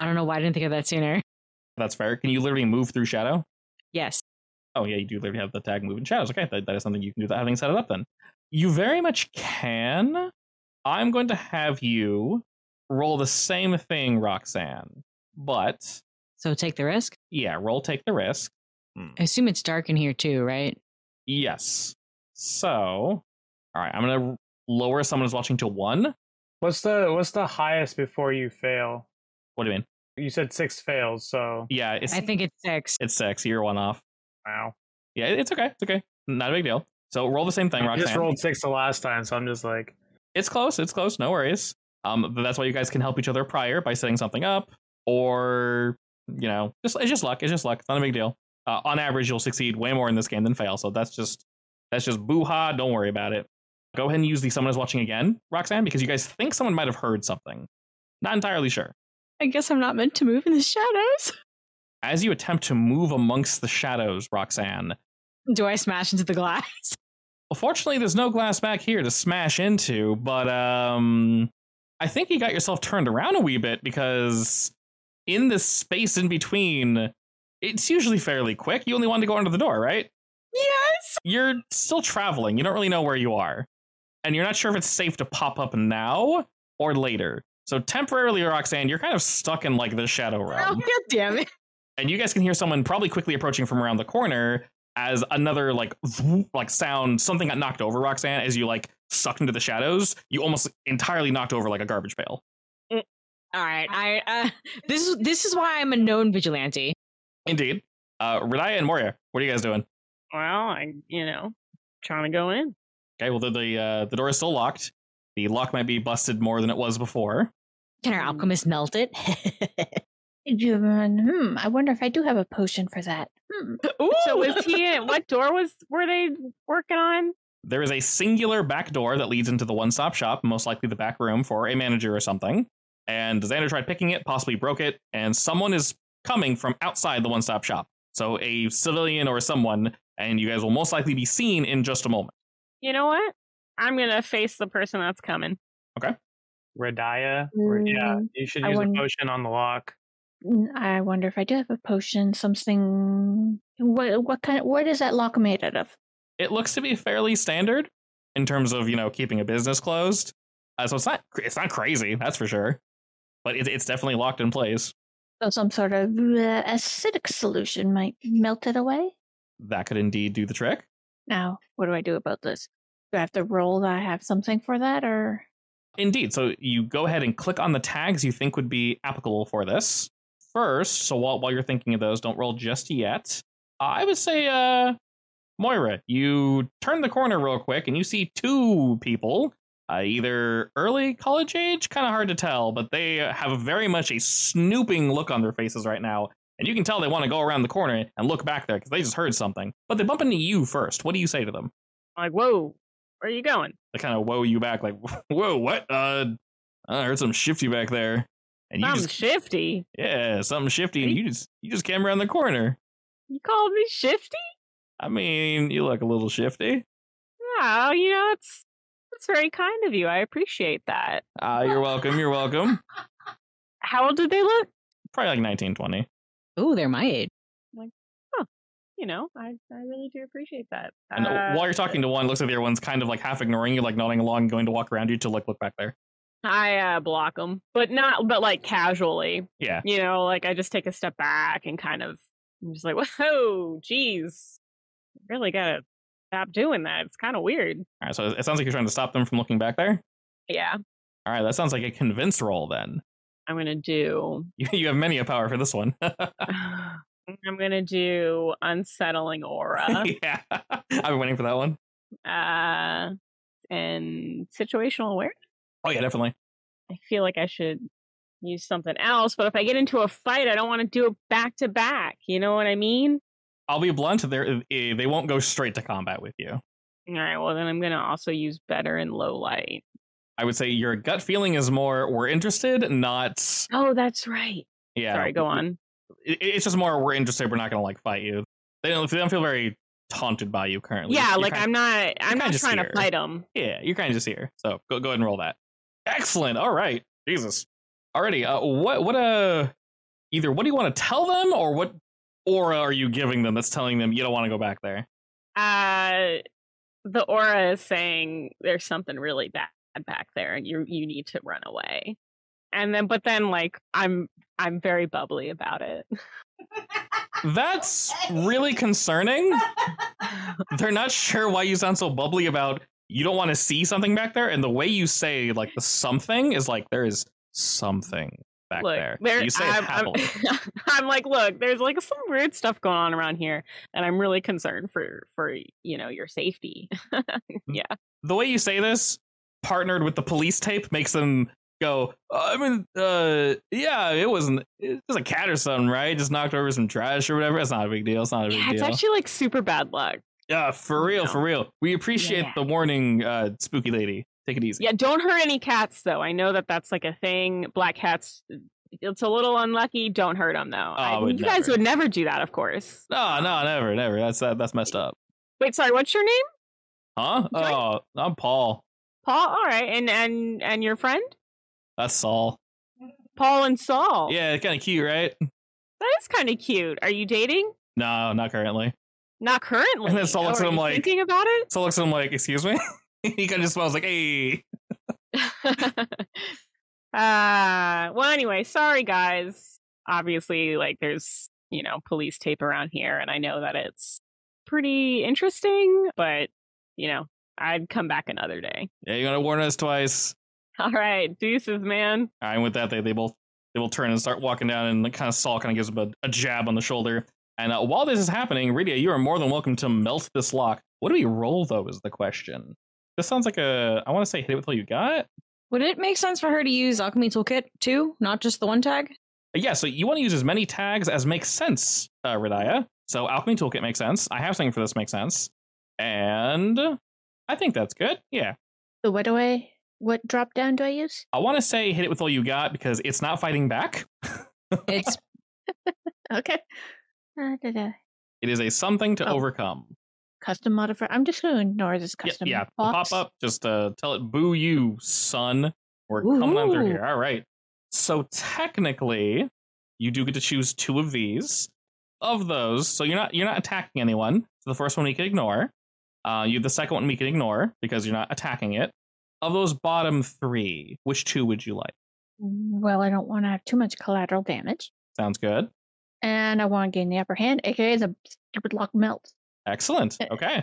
Speaker 3: I don't know why I didn't think of that sooner.
Speaker 1: That's fair. Can you literally move through shadow?
Speaker 3: Yes.
Speaker 1: Oh yeah, you do literally have the tag move in shadows. Okay, that, that is something you can do without having set it up. Then you very much can. I'm going to have you roll the same thing, Roxanne, but
Speaker 3: So take the risk.
Speaker 1: yeah, roll take the risk.
Speaker 3: I assume it's dark in here too, right?
Speaker 1: Yes. So, all right, I'm gonna lower someone who's watching to one.
Speaker 6: What's the what's the highest before you fail?
Speaker 1: What do you mean?
Speaker 6: You said six fails, so
Speaker 1: Yeah, it's
Speaker 3: I think it's six.
Speaker 1: it's six. You're one off.
Speaker 6: wow.
Speaker 1: Yeah, it's okay. It's okay. Not a big deal. So roll the same thing,
Speaker 6: I
Speaker 1: Roxanne.
Speaker 6: just rolled six the last time, so I'm just like,
Speaker 1: It's close. It's close. No worries. Um, but that's why you guys can help each other prior by setting something up, or you know, just it's just luck. It's just luck. It's not a big deal. Uh, on average, you'll succeed way more in this game than fail. So that's just that's just boo ha. Don't worry about it. Go ahead and use the someone is watching again, Roxanne, because you guys think someone might have heard something. Not entirely sure.
Speaker 3: I guess I'm not meant to move in the shadows.
Speaker 1: As you attempt to move amongst the shadows, Roxanne,
Speaker 3: Do I smash into the glass?
Speaker 1: well, fortunately, there's no glass back here to smash into, but um, I think you got yourself turned around a wee bit because in this space in between, it's usually fairly quick. You only want to go under the door, right?
Speaker 3: Yes.
Speaker 1: you're still traveling. You don't really know where you are. And you're not sure if it's safe to pop up now or later. So temporarily, Roxanne, you're kind of stuck in like the shadow
Speaker 3: Oh
Speaker 1: realm.
Speaker 3: god damn it!
Speaker 1: And you guys can hear someone probably quickly approaching from around the corner as another like vroom, like sound, something got knocked over, Roxanne, as you like sucked into the shadows. You almost entirely knocked over like a garbage pail.
Speaker 3: All right, I uh, this is this is why I'm a known vigilante.
Speaker 1: Indeed. Uh Renaya and Moria, what are you guys doing?
Speaker 2: Well, I, you know, trying to go in.
Speaker 1: Okay, well the the, uh, the door is still locked. The lock might be busted more than it was before.
Speaker 3: Can our alchemist melt it?
Speaker 5: You, hmm, I wonder if I do have a potion for that. Hmm.
Speaker 3: Ooh.
Speaker 2: So was he? in- What door was were they working on?
Speaker 1: There is a singular back door that leads into the one stop shop, most likely the back room for a manager or something. And Xander tried picking it, possibly broke it, and someone is coming from outside the one stop shop. So a civilian or someone, and you guys will most likely be seen in just a moment.
Speaker 2: You know what? I'm gonna face the person that's coming.
Speaker 6: Radia. or- Yeah,
Speaker 5: Mm,
Speaker 6: you should
Speaker 5: I
Speaker 6: use a
Speaker 5: wouldn't-
Speaker 6: potion on the lock.
Speaker 5: Mm, I wonder if I do have a potion, something. What what kind? what is that lock made out of?
Speaker 1: It looks to be fairly standard in terms of, you know, keeping a business closed. Uh, so it's not it's not crazy, that's for sure. But it, it's definitely locked in place.
Speaker 5: So some sort of uh, acidic solution might melt it away.
Speaker 1: That could indeed do the trick.
Speaker 5: Now, what do I do about this? Do I have to roll that I have something for that, or
Speaker 1: Indeed. So you go ahead and click on the tags you think would be applicable for this first. So while, while you're thinking of those, don't roll just yet. Uh, I would say, uh, Moira, you turn the corner real quick and you see two people, uh, either early college age, kind of hard to tell, but they have very much a snooping look on their faces right now. And you can tell they want to go around the corner and look back there because they just heard something. But they bump into you first. What do you say to them?
Speaker 2: Like, whoa, where are you going?
Speaker 1: they kind of whoa you back, like, whoa, what? Uh, I heard some shifty back there, and you
Speaker 2: I'm
Speaker 1: just
Speaker 2: shifty.
Speaker 1: yeah, something shifty, and you just you just came around the corner.
Speaker 2: You called me shifty?
Speaker 1: I mean, you look a little shifty.
Speaker 2: Oh, you know, it's it's very kind of you. I appreciate that.
Speaker 1: Ah, you're welcome. You're welcome.
Speaker 2: How old did they look?
Speaker 1: Probably like 1920.
Speaker 3: Ooh, they're my age.
Speaker 2: You know, I, I really do appreciate that.
Speaker 1: And
Speaker 2: Uh,
Speaker 1: while you're talking to one, looks like the other one's kind of like half ignoring you, like nodding along, and going to walk around you to like look back there.
Speaker 2: I uh, block them, but not, but like casually.
Speaker 1: Yeah.
Speaker 2: You know, like I just take a step back and kind of, I'm just like, whoa, geez, really gotta stop doing that. It's kind of weird.
Speaker 1: All right. So it sounds like you're trying to stop them from looking back there.
Speaker 2: Yeah,
Speaker 1: All right. That sounds like a convince roll. Then
Speaker 2: I'm gonna do.
Speaker 1: you, you have many a power for this one. Uh.
Speaker 2: I'm gonna do unsettling aura,
Speaker 1: yeah. I've been waiting for that one.
Speaker 2: uh, and situational awareness.
Speaker 1: Oh yeah, definitely.
Speaker 2: I feel like I should use something else, but if I get into a fight, I don't want to do it back to back. You know what I mean?
Speaker 1: I'll be blunt. They they won't go straight to combat with you.
Speaker 2: All right, well, then I'm going to also use better in low light.
Speaker 1: I would say your gut feeling is more we're interested, not
Speaker 2: Oh, that's right.
Speaker 1: yeah.
Speaker 2: Sorry, go on.
Speaker 1: It- it's just more we're interested. We're not going to like fight you. They don't. They don't feel very taunted by you currently.
Speaker 2: Yeah,
Speaker 1: You're
Speaker 2: like
Speaker 1: kind-
Speaker 2: I'm not, I'm
Speaker 1: kinda
Speaker 2: not
Speaker 1: just
Speaker 2: trying
Speaker 1: here.
Speaker 2: to fight them.
Speaker 1: Yeah, you're kind of just here. So go go ahead and roll that. Excellent. All right. Jesus. Alrighty. Uh, what what uh either what do you want to tell them or what aura are you giving them that's telling them you don't want to go back there?
Speaker 2: Uh, the aura is saying there's something really bad back there, and you you need to run away. And then, but then, like I'm I'm very bubbly about it.
Speaker 1: That's really concerning. they're not sure why you sound so bubbly about you don't want to see something back there and the way you say like the something is like there is something back
Speaker 2: look,
Speaker 1: there you say it happily
Speaker 2: I'm, I'm like, look, there's like some weird stuff going on around here, and I'm really concerned for for you know your safety.
Speaker 1: the way you say this partnered with the police tape makes them go i mean uh yeah it wasn't it was a cat or something right just knocked over some trash or whatever it's not a big deal it's not a big
Speaker 2: yeah, it's
Speaker 1: deal
Speaker 2: actually like super bad luck.
Speaker 1: Yeah, for real, for real. We appreciate
Speaker 3: Yeah.
Speaker 1: the warning, uh, spooky lady. Take it easy.
Speaker 2: Yeah, don't hurt any cats though. I know that that's like a thing. Black cats, uh, it's a little unlucky. Don't hurt them though. I-
Speaker 1: I would
Speaker 2: you
Speaker 1: Oh,
Speaker 2: guys
Speaker 1: never.
Speaker 2: would never do that, of course.
Speaker 1: No, no, never, never. That's that, that's messed up.
Speaker 2: Wait, sorry. What's your name,
Speaker 1: Huh?
Speaker 2: Join-
Speaker 1: Oh, I'm Paul.
Speaker 2: Paul? All right, and and and your friend
Speaker 1: That's Saul.
Speaker 2: Paul and Saul.
Speaker 1: Yeah, kind of cute, right?
Speaker 2: that is kind of cute. Are you dating?
Speaker 1: No, not currently.
Speaker 2: Not currently.
Speaker 1: And then Saul looks
Speaker 2: Oh,
Speaker 1: at
Speaker 2: are
Speaker 1: him
Speaker 2: you
Speaker 1: like-
Speaker 2: thinking about it.
Speaker 1: Saul looks at him like, "Excuse me." he kind of just smiles like, "Hey."
Speaker 2: uh well anyway sorry guys obviously like there's you know police tape around here and i know that it's pretty interesting but you know i'd come back another day
Speaker 1: Yeah, you're gonna warn us twice.
Speaker 2: all right deuces man
Speaker 1: All right, and with that, they they both they will turn and start walking down, and kind of Saul kind of gives him a, a jab on the shoulder. And uh, while this is happening, Rydia, you are more than welcome to melt this lock. What do we roll though? Is the question. This sounds like a I want to say hit it with all you got.
Speaker 3: Would it make sense for her to use alchemy toolkit too, not just the one tag?
Speaker 1: Yeah, so you want to use as many tags as makes sense, uh, Radia. So Alchemy Toolkit makes sense. I have something for this makes sense, and I think that's good. Yeah,
Speaker 5: So what do I? What drop down do I use?
Speaker 1: I want to say hit it with all you got because it's not fighting back.
Speaker 3: It's
Speaker 5: Okay. Uh, da, da.
Speaker 1: It is a something to
Speaker 5: Oh.
Speaker 1: overcome.
Speaker 5: Custom modifier. I'm just going to ignore this
Speaker 1: Yeah,
Speaker 5: custom.
Speaker 1: yeah, the
Speaker 5: box.
Speaker 1: pop up. Just uh, tell it, "Boo you, son." We're coming on through
Speaker 3: Ooh.
Speaker 1: here. All right. So technically, you do get to choose two of these. Of those, so you're not you're not attacking anyone. So the first one we can ignore. Uh, you the second one we can ignore because you're not attacking it. Of those bottom three, which two would you like?
Speaker 5: Well, I don't want to have too much collateral damage,
Speaker 1: Sounds good.
Speaker 5: and I want to gain the upper hand, aka the stupid lock melt.
Speaker 1: Excellent.
Speaker 5: Uh,
Speaker 1: Okay.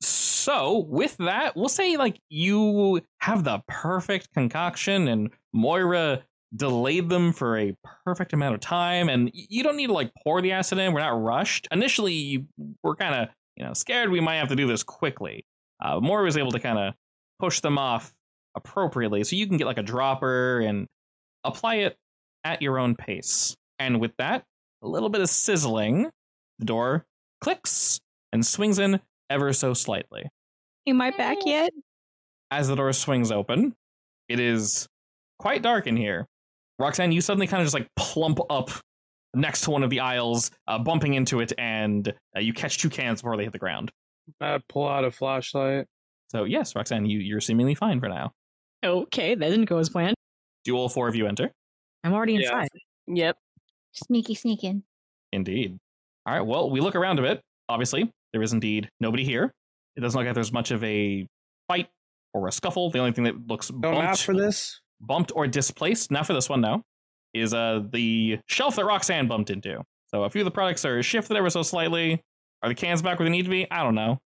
Speaker 1: So with that, we'll say like you have the perfect concoction and Moira delayed them for a perfect amount of time and y- you don't need to like pour the acid in. We're not rushed. Initially, you were kind of, you know, scared we might have to do this quickly. Uh, Moira was able to kind of push them off appropriately so you can get like a dropper and apply it at your own pace. And with that, a little bit of sizzling, the door clicks and swings in ever so slightly.
Speaker 3: in my back yet.
Speaker 1: As the door swings open, it is quite dark in here. Roxanne, you suddenly kind of just like plump up next to one of the aisles, uh, bumping into it, and uh, you catch two cans before they hit the ground.
Speaker 6: I pull out a flashlight.
Speaker 1: So, yes, Roxanne, you, you're seemingly fine for now.
Speaker 3: Okay, that didn't go as planned.
Speaker 1: Do all four of you enter?
Speaker 3: I'm already
Speaker 6: Yeah.
Speaker 3: inside.
Speaker 2: yep
Speaker 5: Sneaky sneaking.
Speaker 1: Indeed. All right. Well, we look around a bit. Obviously, there is indeed nobody here. It doesn't look like there's much of a fight or a scuffle. The only thing that looks
Speaker 4: Don't
Speaker 1: bumped,
Speaker 4: ask for this.
Speaker 1: bumped or displaced, not for this one, no, is uh the shelf that Roxanne bumped into. So a few of the products are shifted ever so slightly. Are the cans back where they need to be? I don't know.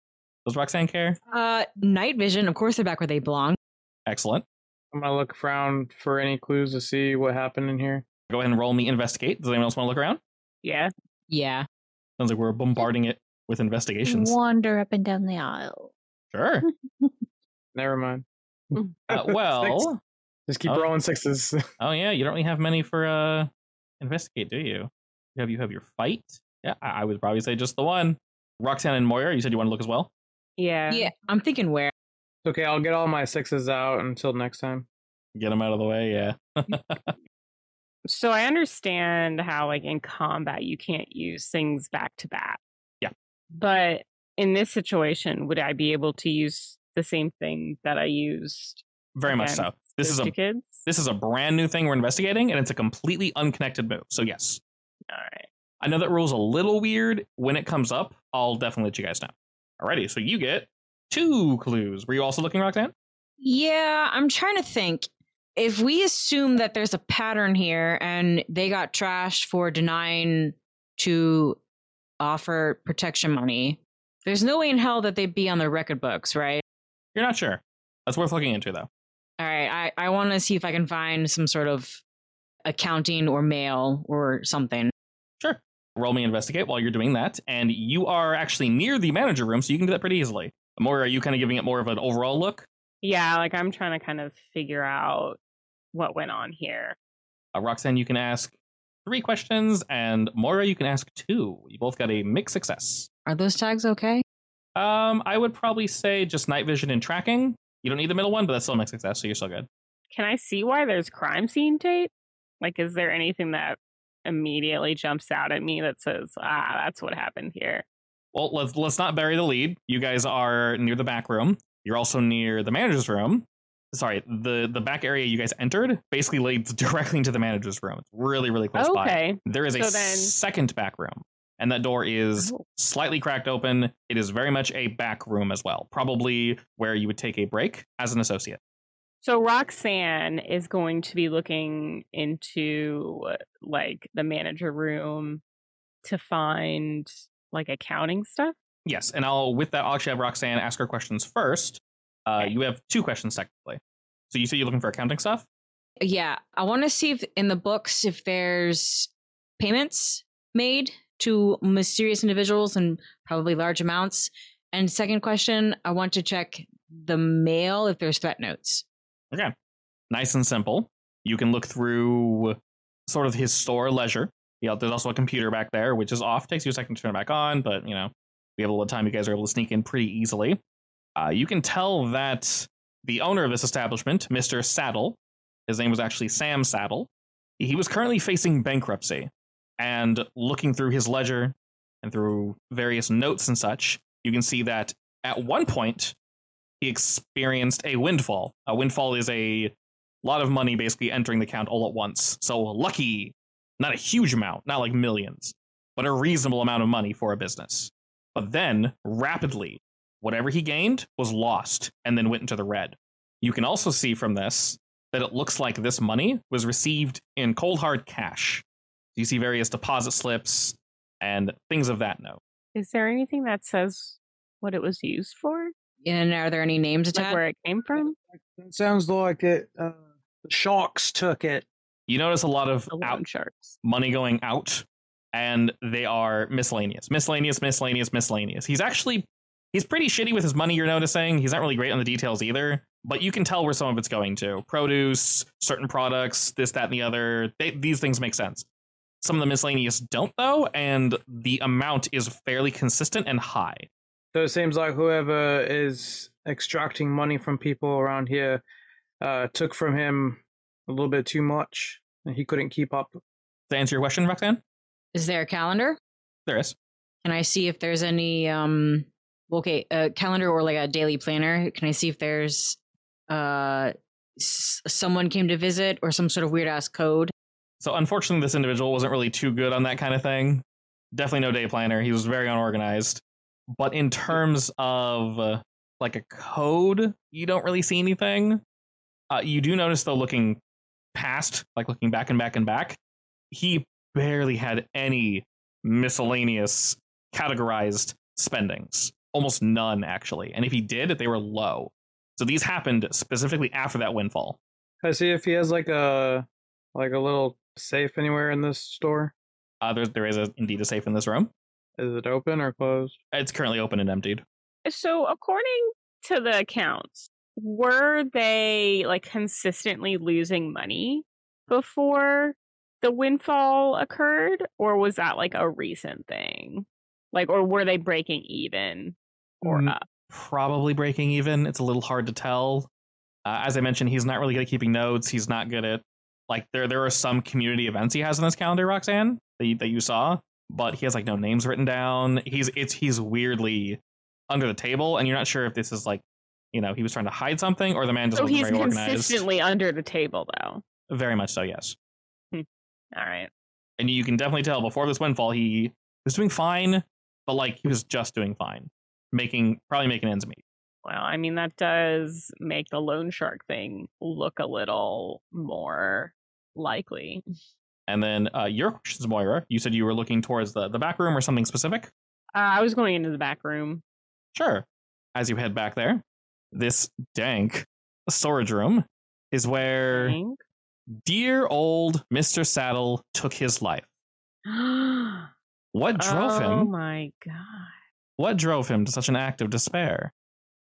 Speaker 1: Does Roxanne care?
Speaker 3: Uh, night vision. Of course, they're back where they belong.
Speaker 1: Excellent.
Speaker 6: I'm gonna look around for any clues to see what happened in here.
Speaker 1: Go ahead and roll me investigate. Does anyone else want to look around?
Speaker 2: yeah
Speaker 3: Yeah.
Speaker 1: Sounds like we're bombarding it with investigations.
Speaker 5: Wander up and down the aisle.
Speaker 1: Sure.
Speaker 6: Never mind.
Speaker 1: Uh,
Speaker 6: Six.
Speaker 1: well,
Speaker 6: just keep
Speaker 1: Oh.
Speaker 6: rolling sixes.
Speaker 1: Oh yeah, you don't really have many for uh investigate, do you? You have you have your fight? Yeah, I, I would probably say just the one. Roxanne and Moira, you said you want to look as well?
Speaker 2: yeah
Speaker 3: Yeah. I'm thinking where.
Speaker 6: okay, I'll get all my sixes out until next time.
Speaker 1: Get them out of the way, yeah.
Speaker 2: so i understand how like in combat you can't use things back to back
Speaker 1: Yeah.
Speaker 2: but in this situation would i be able to use the same thing that i used
Speaker 1: Very much so.
Speaker 2: against
Speaker 1: This
Speaker 2: those
Speaker 1: is
Speaker 2: two
Speaker 1: a
Speaker 2: kids
Speaker 1: this is a brand new thing we're investigating, and it's a completely unconnected move. So yes.
Speaker 2: all right
Speaker 1: I know that rule's a little weird. When it comes up, I'll definitely let you guys know. Alrighty, so you get two clues. Were you also looking, Roxanne?
Speaker 3: Yeah, I'm trying to think. If we assume that there's a pattern here and they got trashed for denying to offer protection money, there's no way in hell that they'd be on their record books, right?
Speaker 1: You're not sure. That's worth looking into though.
Speaker 3: All right, I, I want to see if I can find some sort of accounting or mail or something.
Speaker 1: Sure. Roll me investigate while you're doing that, and you are actually near the manager room, so you can do that pretty easily. Moira, are you kind of giving it more of an overall look?
Speaker 2: yeah like i'm trying to kind of figure out what went on here
Speaker 1: Uh, Roxanne, you can ask three questions, and Moira, you can ask two. You both got a mixed success.
Speaker 3: Are those tags okay?
Speaker 1: Um, I would probably say just night vision and tracking. You don't need the middle one, but that's still a mixed success, so you're still good.
Speaker 2: Can I see why there's crime scene tape? Like, is there anything that immediately jumps out at me that says, ah, that's what happened here?
Speaker 1: Well, let's let's not bury the lead. You guys are near the back room. You're also near the manager's room. Sorry, the the back area you guys entered basically leads directly into the manager's room. It's really really close by.
Speaker 2: okay.
Speaker 1: There is a
Speaker 2: So then-
Speaker 1: second back room, and that door is
Speaker 2: Oh.
Speaker 1: slightly cracked open. It is very much a back room as well, probably where you would take a break as an associate.
Speaker 2: So Roxanne is going to be looking into like the manager room to find like accounting stuff.
Speaker 1: Yes, and I'll with that I'll actually have Roxanne ask her questions first. Uh,
Speaker 2: Okay.
Speaker 1: you have two questions technically. So you say you're looking for accounting stuff.
Speaker 3: Yeah, I want to see if in the books if there's payments made to mysterious individuals and probably large amounts. And second question, I want to check the mail if there's threat notes.
Speaker 1: nice and simple. You can look through sort of his store leisure. You know, there's also a computer back there, which is off. Takes you a second to turn it back on, but you know, we have a little time. You guys are able to sneak in pretty easily. Uh, you can tell that the owner of this establishment, Mr. Saddle, his name was actually Sam Saddle, he was currently facing bankruptcy. And looking through his ledger and through various notes and such, you can see that at one point he experienced a windfall. A windfall is a lot of money basically entering the account all at once. So lucky, not a huge amount, not like millions, but a reasonable amount of money for a business. But then rapidly, whatever he gained was lost and then went into the red. You can also see from this that it looks like this money was received in cold hard cash. You see various deposit slips and things of that note.
Speaker 2: Is there anything that says what it was used for?
Speaker 3: And are there any names
Speaker 2: Like
Speaker 3: attached?
Speaker 2: where it came from?
Speaker 4: It sounds like it. Uh, the sharks took it.
Speaker 1: You notice a lot of
Speaker 2: The
Speaker 1: out
Speaker 2: loan sharks.
Speaker 1: money going out and they are miscellaneous miscellaneous miscellaneous miscellaneous he's actually he's pretty shitty with his money you're noticing he's not really great on the details either but you can tell where some of it's going to produce certain products this that and the other they, these things make sense some of the miscellaneous don't though and the amount is fairly consistent and high
Speaker 4: So it seems like whoever is extracting money from people around here uh, took from him a little bit too much, and he couldn't keep up.
Speaker 1: to answer your question roxanne
Speaker 3: Is there a calendar?
Speaker 1: there is
Speaker 3: Can I see if there's any um okay, a calendar or like a daily planner? Can I see if there's uh s- someone came to visit or some sort of weird ass code?
Speaker 1: So unfortunately, this individual wasn't really too good on that kind of thing. Definitely no day planner. He was very unorganized. But in terms of uh, like a code, you don't really see anything. Uh, you do notice though, looking past, like looking back and back and back, he barely had any miscellaneous categorized spendings. Almost none, actually. And if he did, they were low. So these happened specifically after that windfall.
Speaker 4: Can I see if he has like a like a little safe anywhere in this store?
Speaker 1: Uh, there, there is a, indeed a safe in this room.
Speaker 4: Is it open or closed?
Speaker 1: It's currently open and emptied.
Speaker 2: So according to the accounts, were they like consistently losing money before the windfall occurred or was that like a recent thing? Like or were they breaking even or
Speaker 1: Mm,
Speaker 2: up?
Speaker 1: probably breaking even. It's a little hard to tell. Uh, as I mentioned, he's not really good at keeping notes. He's not good at like there. There are some community events he has on this calendar, Roxanne, that you, that you saw, but he has like no names written down. He's it's he's weirdly under the table, and you're not sure if this is like you know he was trying to hide something or the man just
Speaker 2: So
Speaker 1: wasn't
Speaker 2: he's
Speaker 1: very organized.
Speaker 2: consistently under the table though.
Speaker 1: Very much so, yes.
Speaker 2: All right.
Speaker 1: And you can definitely tell before this windfall, he was doing fine, but like he was just doing fine, making probably making ends meet.
Speaker 2: Well, I mean that does make the loan shark thing look a little more likely.
Speaker 1: And then uh, your questions, Moira. You said you were looking towards the, the back room or something specific?
Speaker 2: Uh, I was going into the back room.
Speaker 1: Sure. As you head back there, this dank storage room is where
Speaker 2: Hank.
Speaker 1: dear old Mr. Saddle took his life.
Speaker 2: Drove
Speaker 1: What drove
Speaker 2: Oh
Speaker 1: him?
Speaker 2: my god.
Speaker 1: What drove him to such an act of despair?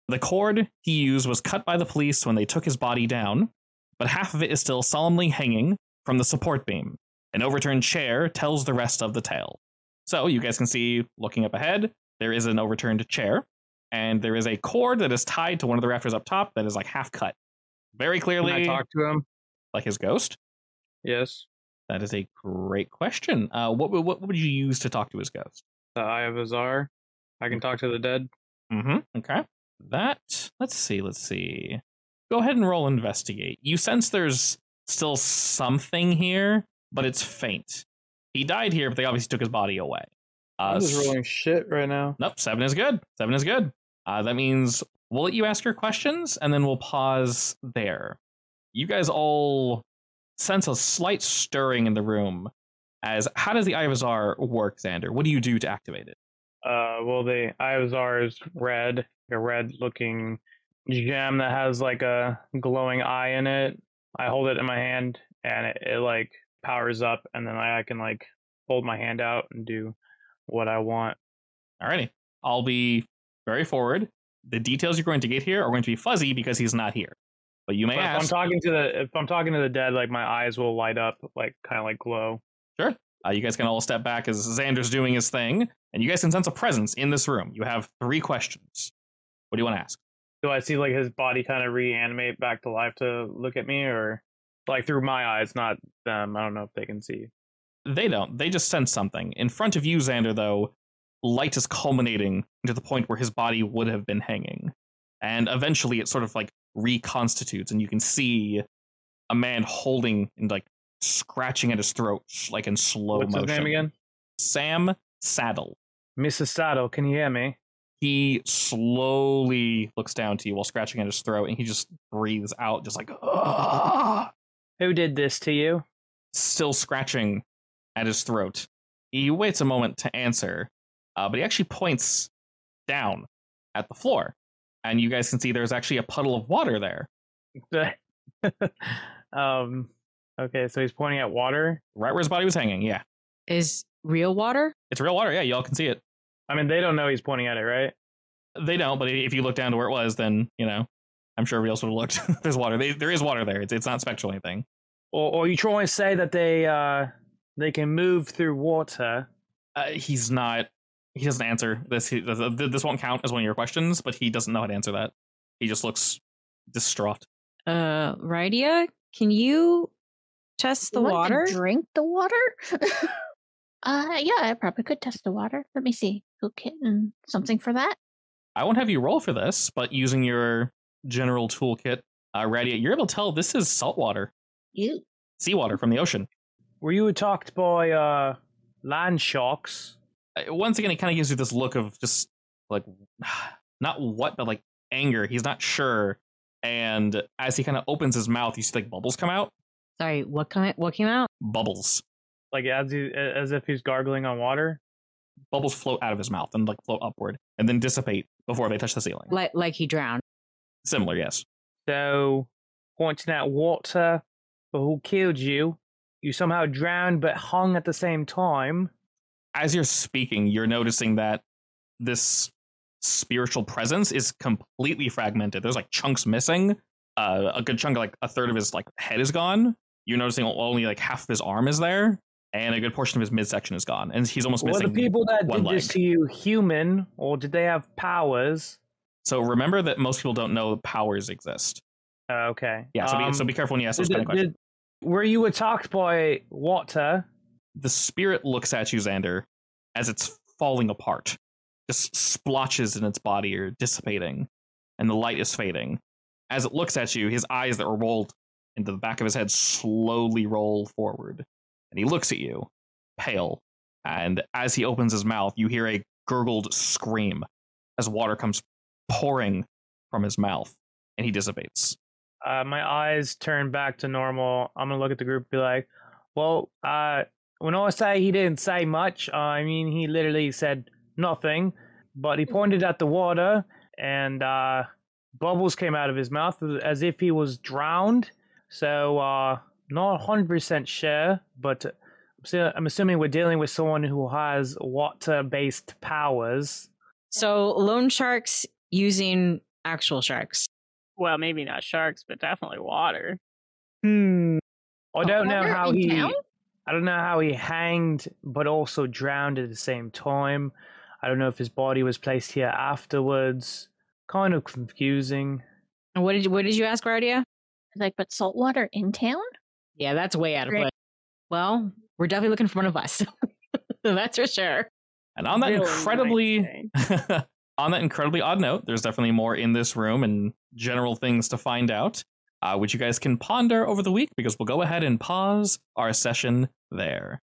Speaker 1: The cord he used was cut by the police when they took his body down, but half of it is still solemnly hanging from the support beam. An overturned chair tells the rest of the tale. So you guys can see, looking up ahead, there is an overturned chair, and there is a cord that is tied to one of the rafters up top that is like half cut. Very
Speaker 6: Can
Speaker 1: clearly,
Speaker 6: I talk to him?
Speaker 1: like his ghost.
Speaker 6: Yes.
Speaker 1: That is a great question. Uh, what, would- what would you use to talk to his ghost?
Speaker 6: The Eye of Azar. I can talk to the dead.
Speaker 1: Mm-hmm. Okay. That. Let's see. Let's see. Go ahead and roll investigate. You sense there's still something here, but it's faint. He died here, but they obviously took his body away. Uh,
Speaker 6: I'm just rolling shit right now.
Speaker 1: Nope, seven is good. Seven is good. Uh, that means we'll let you ask your questions and then we'll pause there. You guys all sense a slight stirring in the room. As how does the Eye of Azar work, Xander? What do you do to activate it?
Speaker 6: Uh, well, the Eye of Azar is red, a red-looking gem that has like a glowing eye in it. I hold it in my hand, and it, it like powers up, and then I, I can like hold my hand out and do what I want.
Speaker 1: Alrighty, I'll be very forward. The details you're going to get here are going to be fuzzy because he's not here. But you may
Speaker 6: But if I'm
Speaker 1: ask.
Speaker 6: talking to the if I'm talking to the dead, like my eyes will light up, like kind of like glow.
Speaker 1: Uh, you guys can all step back as Xander's doing his thing, and you guys can sense a presence in this room. You have three questions. What do you want to ask?
Speaker 6: Do I see like his body kind of reanimate back to life to look at me, or like through my eyes, not them? I don't know if they can see.
Speaker 1: They don't. They just sense something. In front of you, Xander, though, light is culminating to the point where his body would have been hanging. And eventually it sort of like reconstitutes, and you can see a man holding and like scratching at his throat, like in slow
Speaker 6: What's
Speaker 1: motion.
Speaker 6: his name again?
Speaker 1: Sam Saddle.
Speaker 6: Mrs. Saddle, can you hear me?
Speaker 1: He slowly looks down to you while scratching at his throat, and he just breathes out, just like, "Ugh."
Speaker 6: Who did this to you?
Speaker 1: still scratching at his throat. He waits a moment to answer, uh, but he actually points down at the floor. And you guys can see there's actually a puddle of water there,
Speaker 6: um. Okay, so he's pointing at water.
Speaker 1: right where his body was hanging. Yeah.
Speaker 3: Is real water?
Speaker 1: It's real water. Yeah, y'all can see it.
Speaker 6: I mean, they don't know he's pointing at it, right?
Speaker 1: They don't, but if you look down to where it was, then, you know, I'm sure everybody else would have looked. there's water. They, there is water there. It's, it's not spectral or anything.
Speaker 6: Or, or you trying to say that they uh they can move through water?
Speaker 1: Uh, he's not, he doesn't answer this. He, th- th- this won't count as one of your questions, but he doesn't know how to answer that. He just looks distraught.
Speaker 3: Uh, Rydia, can you test the
Speaker 5: You want to
Speaker 3: water?
Speaker 5: drink the water? uh, yeah, I probably could test the water. Let me see. Cook kitten. Something for that?
Speaker 1: I won't have you roll for this, but using your general toolkit, uh, Radia, you're able to tell this is saltwater,
Speaker 5: You.
Speaker 1: seawater from the ocean.
Speaker 6: Were you attacked by uh land sharks?
Speaker 1: Uh, Once again, it kind of gives you this look of just like not what, but like anger. He's not sure, and as he kind of opens his mouth, you see like bubbles come out.
Speaker 3: Sorry, what kind? What came out?
Speaker 1: Bubbles,
Speaker 6: Like as he, as if he's gargling on water.
Speaker 1: bubbles float out of his mouth and like float upward, and then dissipate before they touch the ceiling.
Speaker 3: Like, like he drowned.
Speaker 1: Similar, yes.
Speaker 6: So pointing at water, but who killed you? You somehow drowned but hung at the same time.
Speaker 1: as you're speaking, you're noticing that this spiritual presence is completely fragmented. There's like chunks missing. Uh, a good chunk, like a third of his like head is gone. You're noticing only like half of his arm is there, and a good portion of his midsection is gone, and he's almost
Speaker 6: Were the
Speaker 1: missing.
Speaker 6: people that
Speaker 1: one
Speaker 6: did this
Speaker 1: leg.
Speaker 6: to you human, or did they have powers?
Speaker 1: so remember that most people don't know powers exist.
Speaker 6: Oh, okay.
Speaker 1: Yeah, so,
Speaker 6: Um,
Speaker 1: be, so be careful when you ask those
Speaker 6: did-
Speaker 1: kind of questions.
Speaker 6: did- were you attacked by water?
Speaker 1: the spirit looks at you, Xander, as it's falling apart. Just splotches in its body are dissipating, and the light is fading. As it looks at you, his eyes that were rolled into the back of his head slowly roll forward. And he looks at you, pale. And as he opens his mouth, you hear a gurgled scream as water comes pouring from his mouth, and he dissipates.
Speaker 6: Uh, my eyes turn back to normal. I'm gonna look at the group and be like, "Well, uh, when I say he didn't say much, I mean he literally said nothing, but he pointed at the water and uh, bubbles came out of his mouth as if he was drowned. So, uh, not 100 percent sure, but I'm assu- I'm assuming we're dealing with someone who has water-based powers.
Speaker 3: So loan sharks using actual sharks.
Speaker 2: Well, maybe not sharks, but definitely water.
Speaker 3: Hmm.
Speaker 6: I don't know
Speaker 5: Water
Speaker 6: how
Speaker 5: in
Speaker 6: he."
Speaker 5: town?
Speaker 6: I don't know how he hanged, but also drowned at the same time. I don't know if his body was placed here afterwards. Kind of confusing.
Speaker 3: And what did you, what did you ask, Rodia?
Speaker 5: Like, but saltwater in town?
Speaker 3: Yeah, that's way out of
Speaker 5: Right.
Speaker 3: place. Well, we're definitely looking for one of us. that's for sure.
Speaker 1: And on that
Speaker 2: Really nice eh?
Speaker 1: incredibly
Speaker 2: day.
Speaker 1: on that incredibly odd note, there's definitely more in this room and general things to find out, uh, which you guys can ponder over the week because we'll go ahead and pause our session there.